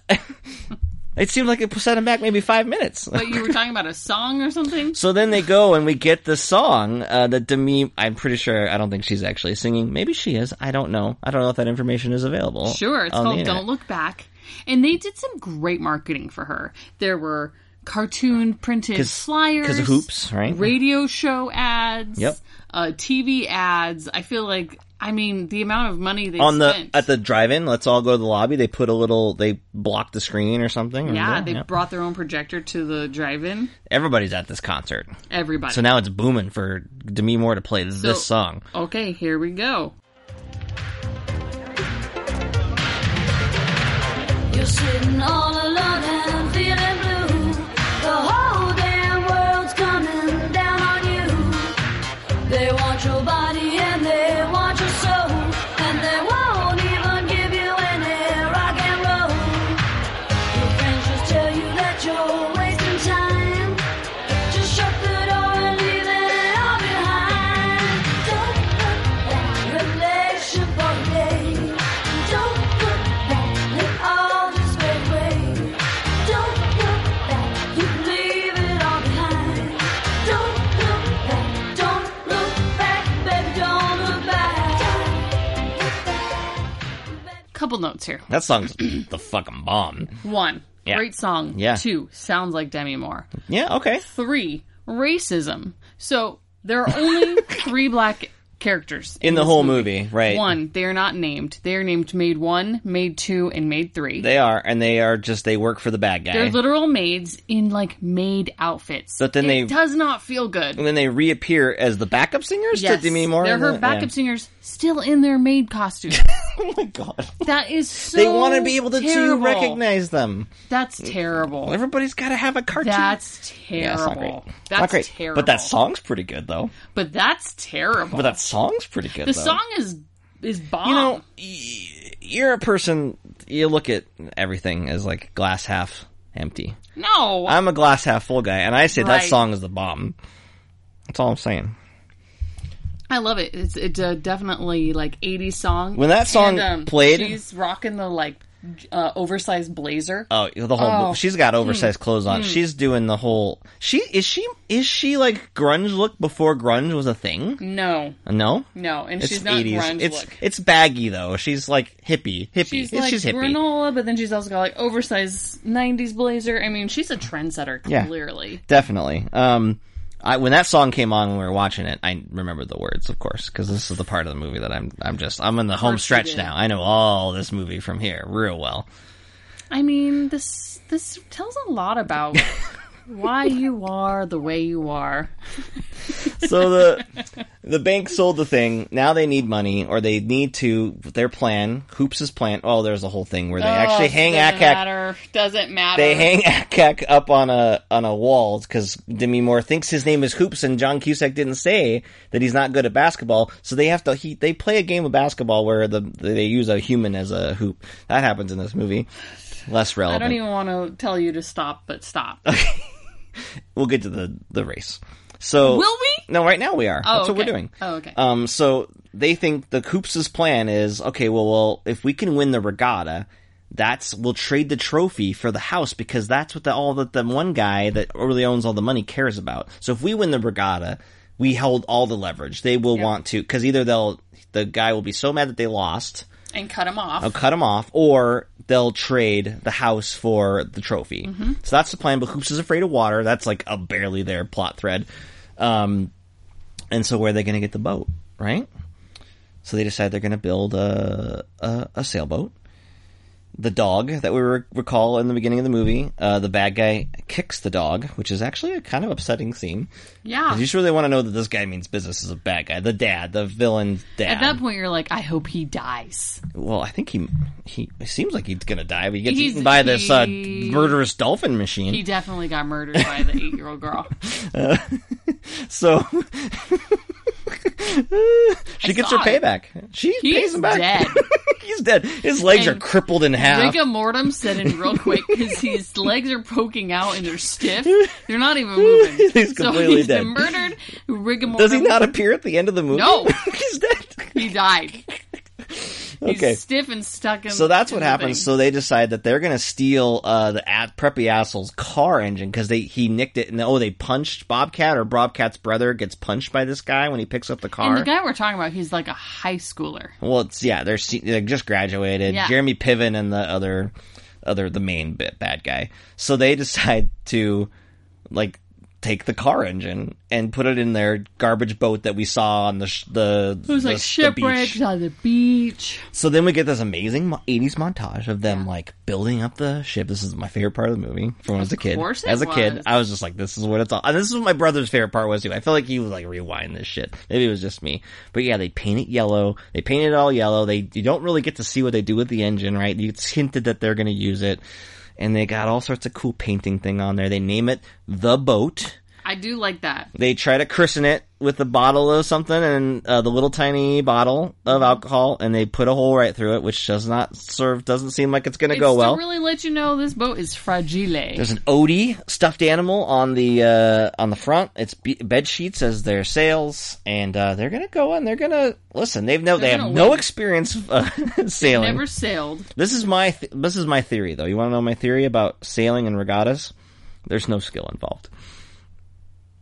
[LAUGHS] it seemed like it set him back maybe five minutes. But you were talking about a song or [LAUGHS] something? So then they go and we get the song uh, that Demi. I'm pretty sure. I don't think she's actually singing. Maybe she is. I don't know. I don't know if that information is available. Sure, it's on the called internet. Don't Look Back. And they did some great marketing for her. There were cartoon printed 'Cause- flyers, 'cause of hoops, right? Radio show ads, Yep. uh, TV ads. I feel like I mean the amount of money they on the spent at the drive-in. Let's all go to the lobby. They put a little. They blocked the screen or something. yeah, Remember? they Yep. brought their own projector to the drive-in. Everybody's at this concert, Everybody. so now it's booming for Demi Moore to play this song. Okay, here we go. You're sitting all alone and I'm feeling blue. The whole damn world's coming down on you. They want your body and they want your soul. And they won't even give you any rock and roll. Your friends just tell you that you're wasting time. Just shut the door and leave it all behind. Don't look back, relation for a day. Don't look back, live all this great way. Don't look back, you leave it all behind. Don't look back, don't look back, baby, don't look back. Couple notes here. [CLEARS THROAT] That song's the fucking bomb. One, Yeah. great song. Yeah. Two, sounds like Demi Moore. Yeah. Okay. Three, racism. So there are only [LAUGHS] three black characters In the this whole movie, right? One, they are not named. They are named Maid One, Maid Two, and Maid Three. They are, and they are just they work for the bad guy. They're literal maids in like maid outfits. But then it they- does not feel good. and then they reappear as the backup singers Yes, to Demi Moore. they're in her the- backup yeah. singers, still in their maid costumes. Oh my god! that is so. they want to be able to, to terrible. recognize them. That's terrible. Everybody's got to have a cartoon. That's Yeah, it's not great. terrible. Not That's great. terrible. But that song's pretty good though. But that's terrible. But that song's pretty good. the though. song is is bomb. you know, y- you're a person. You look at everything as like glass half empty. no, I'm a glass half full guy, and I say Right. that song is the bomb. That's all I'm saying. I love it. It's it's a definitely like 80s song. When that song And, um, played- she's rocking the like j- uh, oversized blazer. Oh, the whole Oh. Hmm. she's got oversized clothes on. She's doing the whole. She is she is she like grunge look before grunge was a thing? no, No, no, and it's Mm-hmm. she's not 80s. grunge it's look. it's baggy though. She's like hippie, hippie. She's It's- like hippie. granola, but then she's also got like oversized 90s blazer. I mean, she's a trendsetter Yeah. clearly. definitely. Um, I, when that song came on when we were watching it, I remembered the words, of course, because this is the part of the movie that I'm I'm just I'm in the home course you stretch did. now. I know all this movie from here real well. I mean, this this tells a lot [LAUGHS] about why you are the way you are. So the the bank sold the thing. Now they need money, or they need to their plan. Hoops' plan. Oh, there's a whole thing where they actually hang Oh, doesn't Akak matter. Doesn't matter. They hang Akak up on a on a wall because Demi Moore thinks his name is Hoops, and John Cusack didn't say that he's not good at basketball. So they have to he, they play a game of basketball where the they use a human as a hoop. That happens in this movie. Less I relevant. don't even want to tell you to stop, but [LAUGHS] stop. We'll get to the the race. So Will we? No, right now we are. Oh, That's what we're okay. doing. Oh, okay. Um, so they think the Hoops' plan is okay. Well, well, if we can win the regatta, that's we'll trade the trophy for the house because that's what the, all that the one guy that really owns all the money cares about. So if we win the regatta, we hold all the leverage. They will want to because either they'll the guy will be so mad that they lost, and cut him off. they'll cut him off, or they'll trade the house for the trophy. Mm-hmm. So that's the plan. But Hoops is afraid of water. That's like a barely there plot thread. Um, and so where are they going to get the boat, right? So they decide they're going to build a, a a sailboat. The dog that we re- recall in the beginning of the movie, uh, the bad guy kicks the dog, which is actually a kind of upsetting scene. Yeah. 'Cause You sure they want to know that this guy means business is a bad guy, the dad, the villain dad. At that point, you're like, I hope he dies. Well, I think he he it seems like he's gonna die, but he gets He's- eaten by this uh, he- murderous dolphin machine. He definitely got murdered by [LAUGHS] the eight year old girl. [LAUGHS] so she gets her saw it. payback. She pays He's him back. dead. [LAUGHS] he's dead. His legs And are crippled in half. Jacob Mortem said in real quick because his legs are poking out and they're stiff. They're not [LAUGHS] even moving. He's so completely he's dead. Been murdered. Rigor Does he mortem. not appear at the end of the movie? No. [LAUGHS] he's dead. He died. Okay. He's stiff and stuck in. So that's in what the happens. thing. So they decide that they're going to steal uh, the at preppy asshole's car engine because they he nicked it and oh they punched Bobcat or Bobcat's brother gets punched by this guy when he picks up the car. and the guy we're talking about, he's like a high schooler. Well, it's yeah, they're, se- they just graduated. Yeah. Jeremy Piven and the other, other the main bit, bad guy. So they [LAUGHS] decide to like take the car engine and put it in their garbage boat that we saw on the sh- the It was the, like the beach. shipwrecked on the beach. So then we get this amazing mo- 80s montage of them like building up the ship. This is my favorite part of the movie from when I was a kid. course it As a kid, was. I was just like, this is what it's all. And this is what my brother's favorite part was too. I feel like he would like rewind this shit. Maybe it was just me. But yeah, they paint it yellow. They paint it all yellow. They, you don't really get to see what they do with the engine, right? It's hinted that they're going to use it. And they got all sorts of cool painting thing on there. They name it The Boat I do like that. they try to christen it with a bottle of something and uh, the little tiny bottle of Mm-hmm. alcohol and they put a hole right through it which does not serve doesn't seem like it's going to It go still well really let you know this boat is fragile. there's an odie stuffed animal on the uh, on the front it's be- bed sheets as their sails and uh, they're going to go and they're going to listen they've no they They're have gonna no win. experience [LAUGHS] uh, [LAUGHS] sailing Never sailed. this is my th- this is my theory though you want to know my theory about sailing and regattas there's no skill involved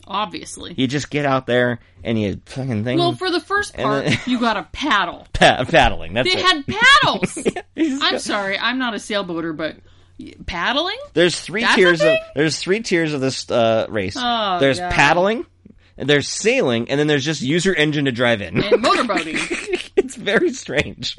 Obviously. you just get out there and you fucking thing Well, for the first part, then- you got a paddle. pa- paddling [LAUGHS] that's They it had [LAUGHS] paddles. You just I'm go- sorry, I'm not a sailboater, but y- paddling? There's three That's a tiers of thing? there's three tiers of this uh, race. Oh, there's God. paddling, and there's sailing, and then there's just use your engine to drive in. And motorboating. [LAUGHS] it's very strange.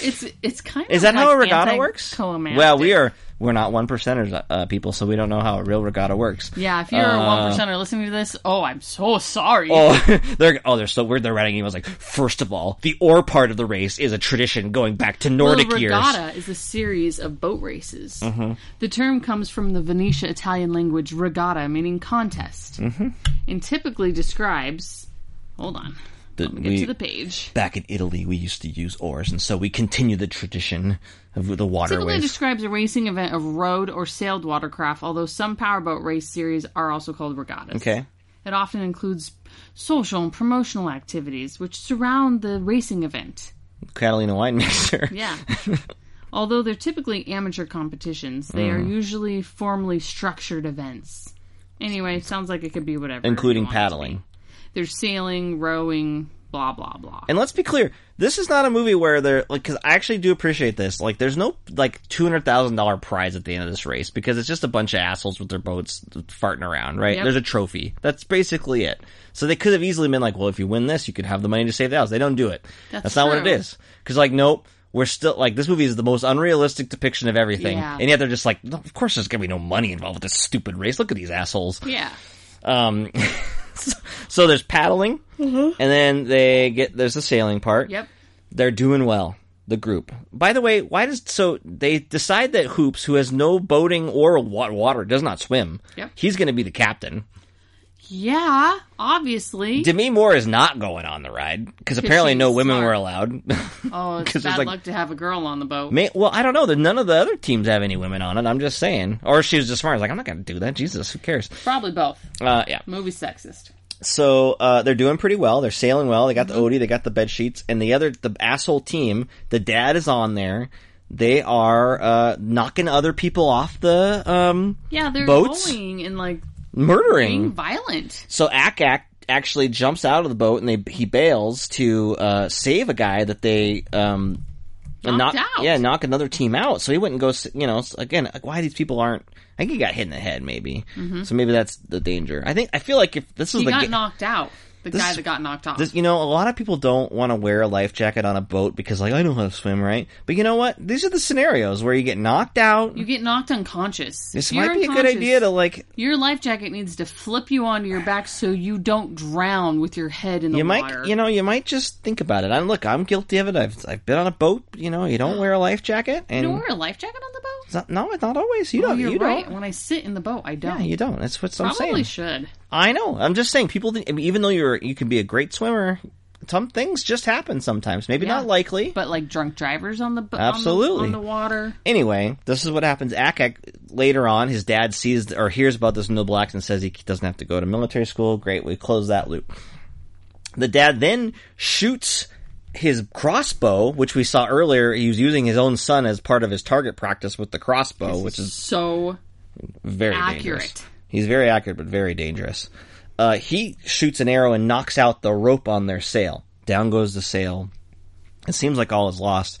It's it's kind of Is [LAUGHS] that like how a regatta works? anticlimactic. Well, we are we're not one percenters uh, people, so we don't know how a real regatta works. Yeah, if you're a one percenter listening to this, oh, I'm so sorry. uh, Oh, [LAUGHS] they're oh they're so weird. They're writing emails like, first of all, the oar part of the race is a tradition going back to Well, Nordic years. regatta is a series of boat races. Mm-hmm. The term comes from the Venetia Italian language regatta, meaning contest, and typically describes. Hold on, The- let me get we- to the page. back in Italy, we used to use oars, and so we continue the tradition of the Typically waterways. describes a racing event of rowed or sailed watercraft, although some powerboat race series are also called regattas. okay. It often includes social and promotional activities which surround the racing event. Catalina wine mixer. [LAUGHS] Yeah. Although they're typically amateur competitions, they Mm-hmm. are usually formally structured events. Anyway, it sounds like it could be whatever. including you want it to paddling. be. There's sailing, rowing, blah, blah, blah. And let's be clear, this is not a movie where they're like, because I actually do appreciate this. Like, there's no like two hundred thousand dollar prize at the end of this race because it's just a bunch of assholes with their boats farting around, right? Yep. There's a trophy. That's basically it. So they could have easily been like, well, if you win this, you could have the money to save the house. They don't do it. That's, That's not what it true. is. Because like, nope. We're still like this movie is the most unrealistic depiction of everything, Yeah. and yet they're just like, no, of course there's gonna be no money involved with this stupid race. Look at these assholes. yeah. Um, [LAUGHS] so, so there's paddling, and then they get there's the sailing part. Mm-hmm. Yep. They're doing well. The group. By the way, why does so they decide that Hoops, who has no boating or wa- water, does not swim. Yep. He's going to be the captain. Yeah, obviously. Demi Moore is not going on the ride because apparently she's no women smart. were allowed. [LAUGHS] oh, it's 'cause it's bad like- luck to have a girl on the boat. May, well, I don't know. that None of the other teams have any women on it. I'm just saying, or she was just smart. Like I'm not going to do that. Jesus, who cares? Probably both. Uh, yeah. Movie sexist. so uh, they're doing pretty well. They're sailing well. They got Mm-hmm. the Odie, they got the bed sheets, and the other the asshole team. The dad is on there. They are uh, knocking other people off the um, Yeah, they're Boats? Mm. bullying and like being murdering. violent. So Ak Ak actually jumps out of the boat and they he bails to uh, save a guy that they um, and Knocked knock, out. Yeah, knock another team out. So he wouldn't go. s- You know, s- again, like, why these people aren't. I think he got hit in the head, maybe. So maybe that's the danger. I think I feel like if this is Mm-hmm. He the got ga- knocked out. The guy is- that got knocked off. This, you know, a lot of people don't want to wear a life jacket on a boat because, like, I know how to swim, right? But you know what? These are the scenarios where you get knocked out. you get knocked unconscious. this If you're might be a good unconscious, idea to, like, Your life jacket needs to flip you onto your back so you don't drown with your head in the you might, water. you know, you might just think about it. I'm look, I'm guilty of it. I've I've been on a boat. You know, you [GASPS] don't wear a life jacket, and you don't wear a life jacket on the boat. it's not, no, it's not always. You Oh, don't. you're You right. don't. When I sit in the boat, I Yeah, don't. you don't. That's what I'm Probably saying. should. I know. I'm just saying, people. That, I mean, even though you're, you can be a great swimmer. Some things just happen sometimes. Maybe Yeah. not likely, But like drunk drivers on the bo- Absolutely. on the, on the water. Anyway, this is what happens. Akak later on, his dad sees or hears about this noble act and says he doesn't have to go to military school. Great, we close that loop. The dad then shoots his crossbow, which we saw earlier. He was using his own son as part of his target practice with the crossbow, which is So very accurate. dangerous. He's very accurate, but very dangerous. Uh, he shoots an arrow and knocks out the rope on their sail. Down goes the sail. It seems like all is lost.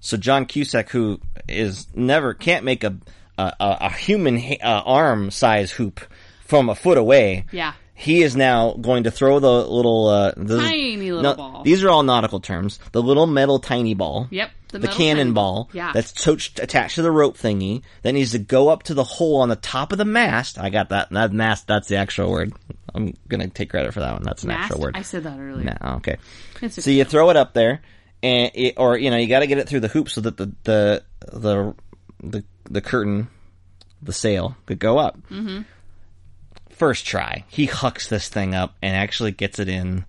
So John Cusack, who is never can't make a a, a, a, a human ha- uh, arm size hoop from a foot away. Yeah. He is now going to throw the little uh, the, Tiny little no, ball. These are all nautical terms. The little metal tiny ball. Yep, the The, metal tiny cannonball. ball. Yeah. That's touched, attached to the rope thingy. That needs to go up to the hole on the top of the mast. I got that. That mast. That's the actual word. I'm gonna take credit for that one. That's an Mast? actual word. I said that earlier. No, okay. It's So okay. you throw it up there, and it, or you know you got to get it through the hoop so that the the the the, the curtain, the sail could go up. Mm-hmm. First try, he hucks this thing up and actually gets it in.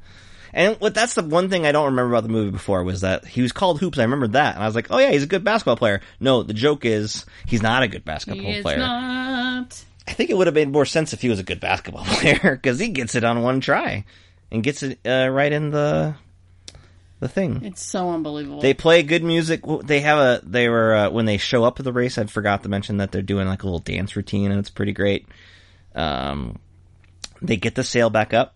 And what that's the one thing I don't remember about the movie before was that he was called Hoops. I remembered that, and I was like, "Oh yeah, he's a good basketball player." No, the joke is he's not a good basketball It's player. not. I think it would have made more sense if he was a good basketball [LAUGHS] player because he gets it on one try and gets it uh, right in the the thing. It's so unbelievable. They play good music. W- They have a they were uh, when they show up at the race. I forgot to mention that they're doing like a little dance routine and it's pretty great. Um, they get the sail back up.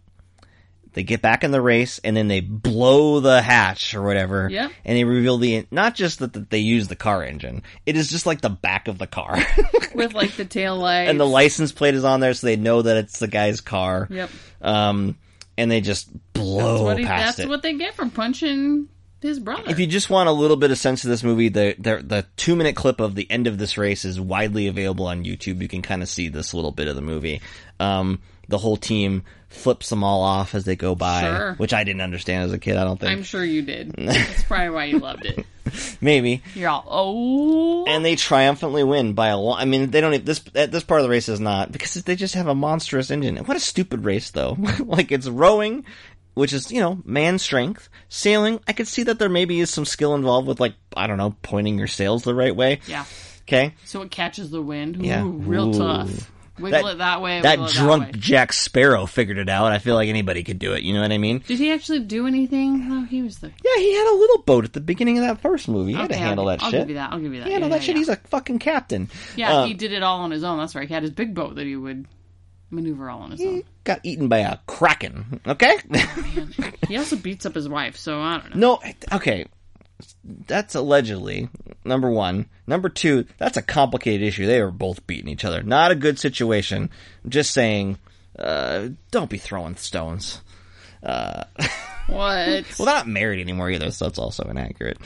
They get back in the race and then they blow the hatch or whatever. Yep. And they reveal the not just that, that they use the car engine. It is just like the back of the car. [LAUGHS] with like the tail lights. and the license plate is on there, so they know that it's the guy's car. Yep. Um, and they just blow That's, what, he, Oh, past that's it. what they get for punching his brother. if you just want a little bit of sense of this movie, the the, the two minute clip of the end of this race is widely available on YouTube. You can kind of see this little bit of the movie. Um, the whole team flips them all off as they go by, Sure. which I didn't understand as a kid. I don't think I'm sure you [LAUGHS] did. That's probably why you loved it. maybe. You're all oh. and they triumphantly win by a lot. I mean, they don't. Even, this that- this part of the race is not because they just have a monstrous engine. What a stupid race, though. [LAUGHS] like it's rowing, which is you know man strength. Sailing, I could see that there maybe is some skill involved with like I don't know pointing your sails the right way. yeah. Okay. So it catches the wind. Ooh, Yeah. real Ooh. tough. Wiggle it that way. That wiggle it drunk way. Jack Sparrow figured it out. I feel like anybody could do it. You know what I mean? Did he actually do anything? No, he was the. Yeah, he had a little boat at the beginning of that first movie. He had to Okay, handle I'll, that I'll shit. give you that. I'll give you that. He handled yeah, that shit. yeah. He's a fucking captain. Yeah, Uh, he did it all on his own. That's right. He had his big boat that he would maneuver all on his own. got eaten by a kraken. Okay. [LAUGHS] He also beats up his wife, so I don't know. No, okay. That's allegedly number one. Number two, that's a complicated issue. They were both beating each other. Not a good situation. I'm just saying, uh, don't be throwing stones. What? Well, they're not married anymore either, so that's also inaccurate.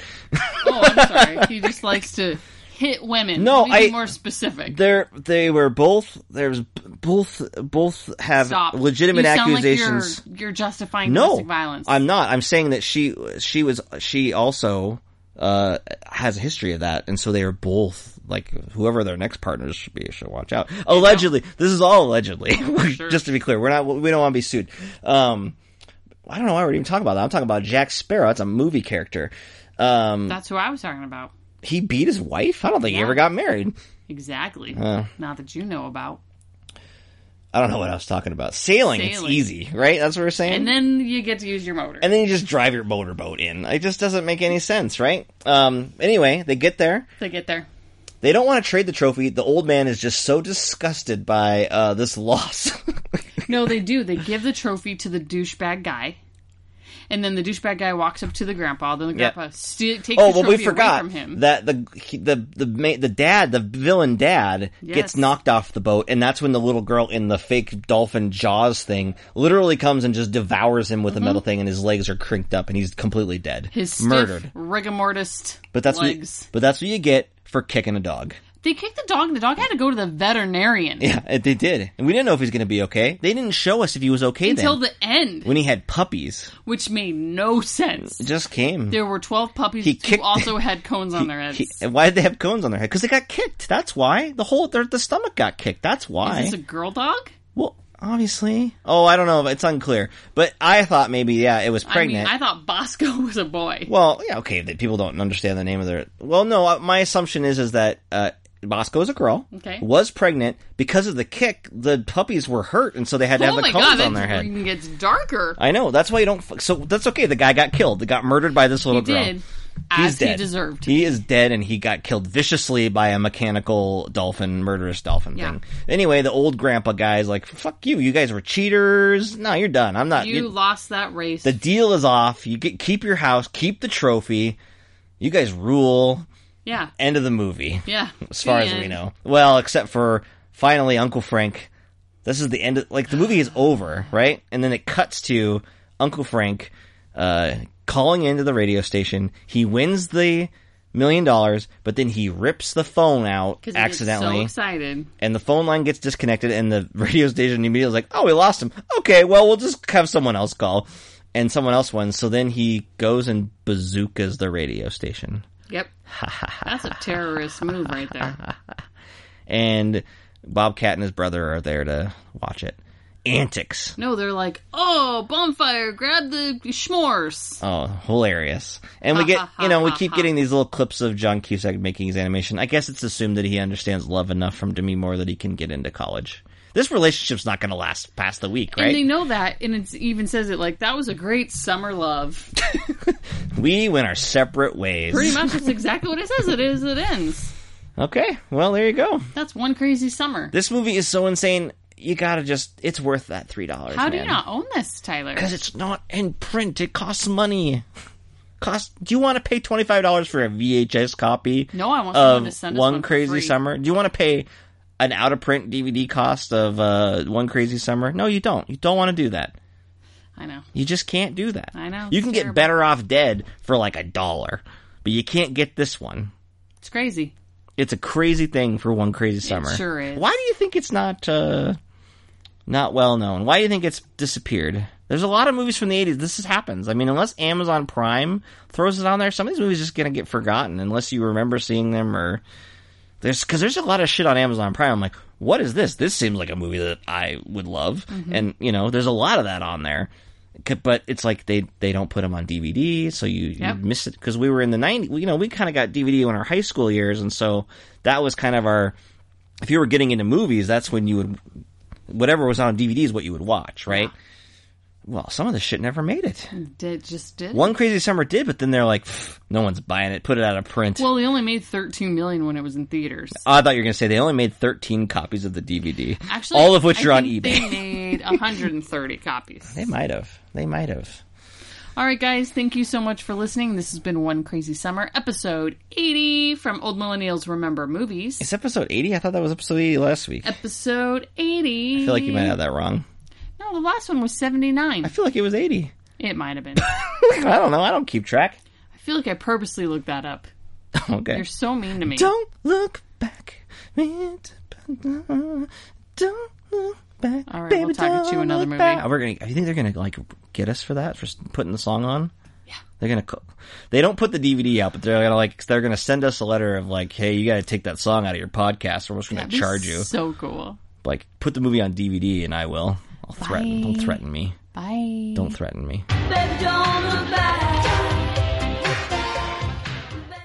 oh, I'm sorry. He just likes to hit women. No, Be I- more specific. They're they were both there's both both have Stop. legitimate you sound accusations. Like you're, you're justifying no domestic violence. I'm not. I'm saying that she she was she also uh has a history of that, and so they are both like whoever their next partners should be should watch out. Allegedly, this is [LAUGHS] all allegedly. Just to be clear, we're not we don't want to be sued. Um, I don't know why we're even talking about that. I'm talking about Jack Sparrow. That's a movie character. Um, That's who I was talking about. he beat his wife. I don't think he Yeah. ever got married. Exactly. Uh. not that you know about. I don't know what I was talking about. Sailing, it's Sailing. easy, right? That's what we're saying. And then you get to use your motor. and then you just drive your motorboat in. It just doesn't make any sense, right? Um, anyway, they get there. they get there. They don't want to trade the trophy. The old man is just so disgusted by uh, this loss. [LAUGHS] No, they do. They give the trophy to the douchebag guy. And then the douchebag guy walks up to the grandpa. Then the Yeah. grandpa sti- takes oh the well, trophy we away forgot from him. that the he- the the ma- the dad, the villain dad, Yes. gets knocked off the boat, and that's when the little girl in the fake dolphin jaws thing literally comes and just devours him with a metal thing, and his legs are crinked up, and he's completely dead, Mm-hmm. His stiff, murdered. rigor mortis But that's legs. What, but that's what you get for kicking a dog. [CLEARS THROAT] They kicked the dog. The dog had to go to the veterinarian Yeah, it- they did. And we didn't know if he was going to be okay. They didn't show us if he was okay until then. the end, when he had puppies, which made no sense. it just came. There were twelve puppies He who kicked- also had cones on their heads. He- eh? and why did they have cones on their head? Because they got kicked. That's why the whole their, the stomach got kicked. That's why. Is this a girl dog? well, obviously. Oh, I don't know. It's unclear. But I thought maybe yeah, it was I pregnant. mean, I thought Bosco [LAUGHS] was a boy. well, yeah, okay. That people don't understand the name of their. Well, no. uh, My assumption is is that. Uh, Bosco is a girl. Okay. Was pregnant because of the kick. The puppies were hurt, and so they had to oh have the my cones god, on that their head. even gets darker. I know. That's why you don't. F- so that's okay. The guy got killed. They got murdered by this little he girl. did, He's as dead. he deserved. He is dead, and he got killed viciously by a mechanical dolphin, murderous dolphin Yeah. thing. Anyway, the old grandpa guy's like, "Fuck you! You guys were cheaters. No, you're done. I'm not. you you- lost that race. the deal is off. You get keep your house, keep the trophy. You guys rule." Yeah. End of the movie. Yeah. As far The as we end. know. Well, except for finally Uncle Frank. This is the end of like the movie is over, right? And then it cuts to Uncle Frank uh calling into the radio station. He wins the million dollars, but then he rips the phone out 'Cause he gets So accidentally. excited. and the phone line gets disconnected and the [LAUGHS] radio station immediately is like, "Oh, we lost him. Okay, well, we'll just have someone else call." And someone else wins. So then he goes and bazookas the radio station. Yep. [LAUGHS] That's a terrorist move right there. and Bobcat and his brother are there to watch it. Antics. No, they're like, oh, bonfire, grab the s'mores. Oh, hilarious. And we get, you know, we keep getting these little clips of John Cusack making his animation. I guess it's assumed that he understands love enough from Demi Moore that he can get into college. This relationship's not going to last past the week, And they right? know that, and it even says it like, that was a great summer love. We went our separate ways. Pretty much, that's exactly what it says. It is, it ends. Okay, well, there you go. That's one crazy summer. This movie is so insane. You gotta just, it's worth that $3. How do you man. not own this, [LAUGHS] Tyler? Because it's not in print. It costs money. Cost. Do you want to pay twenty five dollars for a VHS copy? No, I want someone of to send us One one for Crazy free. Summer. Do you want to pay an out of print DVD cost of uh, One Crazy Summer? No, you don't. You don't want to do that. I know. You just can't do that. I know, You it's can terrible. get better off dead for like a dollar, but you can't get this one. It's crazy. It's a crazy thing for One Crazy Summer. sure is. Why do you think it's not uh, not well known? Why do you think it's disappeared? There's a lot of movies from the 80s. This is, happens. I mean, unless Amazon Prime throws it on there, some of these movies are just going to get forgotten unless you remember seeing them or there's because there's a lot of shit on Amazon Prime. I'm like, what is this? This seems like a movie that I would love, and you know, there's a lot of that on there. C- But it's like they they don't put them on DVD, so you, Yep. you miss it because we were in the 90s. You know, we kind of got DVD in our high school years, and so that was kind of our. If you were getting into movies, that's when you would whatever was on DVD is what you would watch, right? Well, some of the shit never made it. Did just did. One Crazy Summer did, but then they're like, "Pff, no one's buying it. Put it out of print. Well, he only made 13 million when it was in theaters. Oh, I thought you were going to say they only made 13 copies of the DVD. Actually, all of which I are on think eBay. They They, made [LAUGHS] 130 copies. might have. They might have. All right, guys, thank you so much for listening. This has been One Crazy Summer, episode 80 from Old Millennials Remember Movies. It's episode 80. I thought that was episode 80 last week. I Episode 80. I feel like you might have that wrong. No, the last one was I 79. feel like it was 80. It might have been. I [LAUGHS] I don't know. I don't keep track. [LAUGHS] feel like I purposely looked that up. Okay. You're so mean to me. Don't look back. Don't look back. All right, we'll talk at you don't another look movie. back. We're gonna. You think they're gonna like get us for that for s- putting the song on? Yeah. They're gonna. co- They don't put the DVD out, but they're gonna like. They're gonna send us a letter of like, hey, you gotta take that song out of your podcast, or we're just gonna That'd be charge you. So cool. Like, put the movie on DVD, and I will. I'll threaten. Don't threaten me. Bye. Don't threaten me. Baby, don't look back.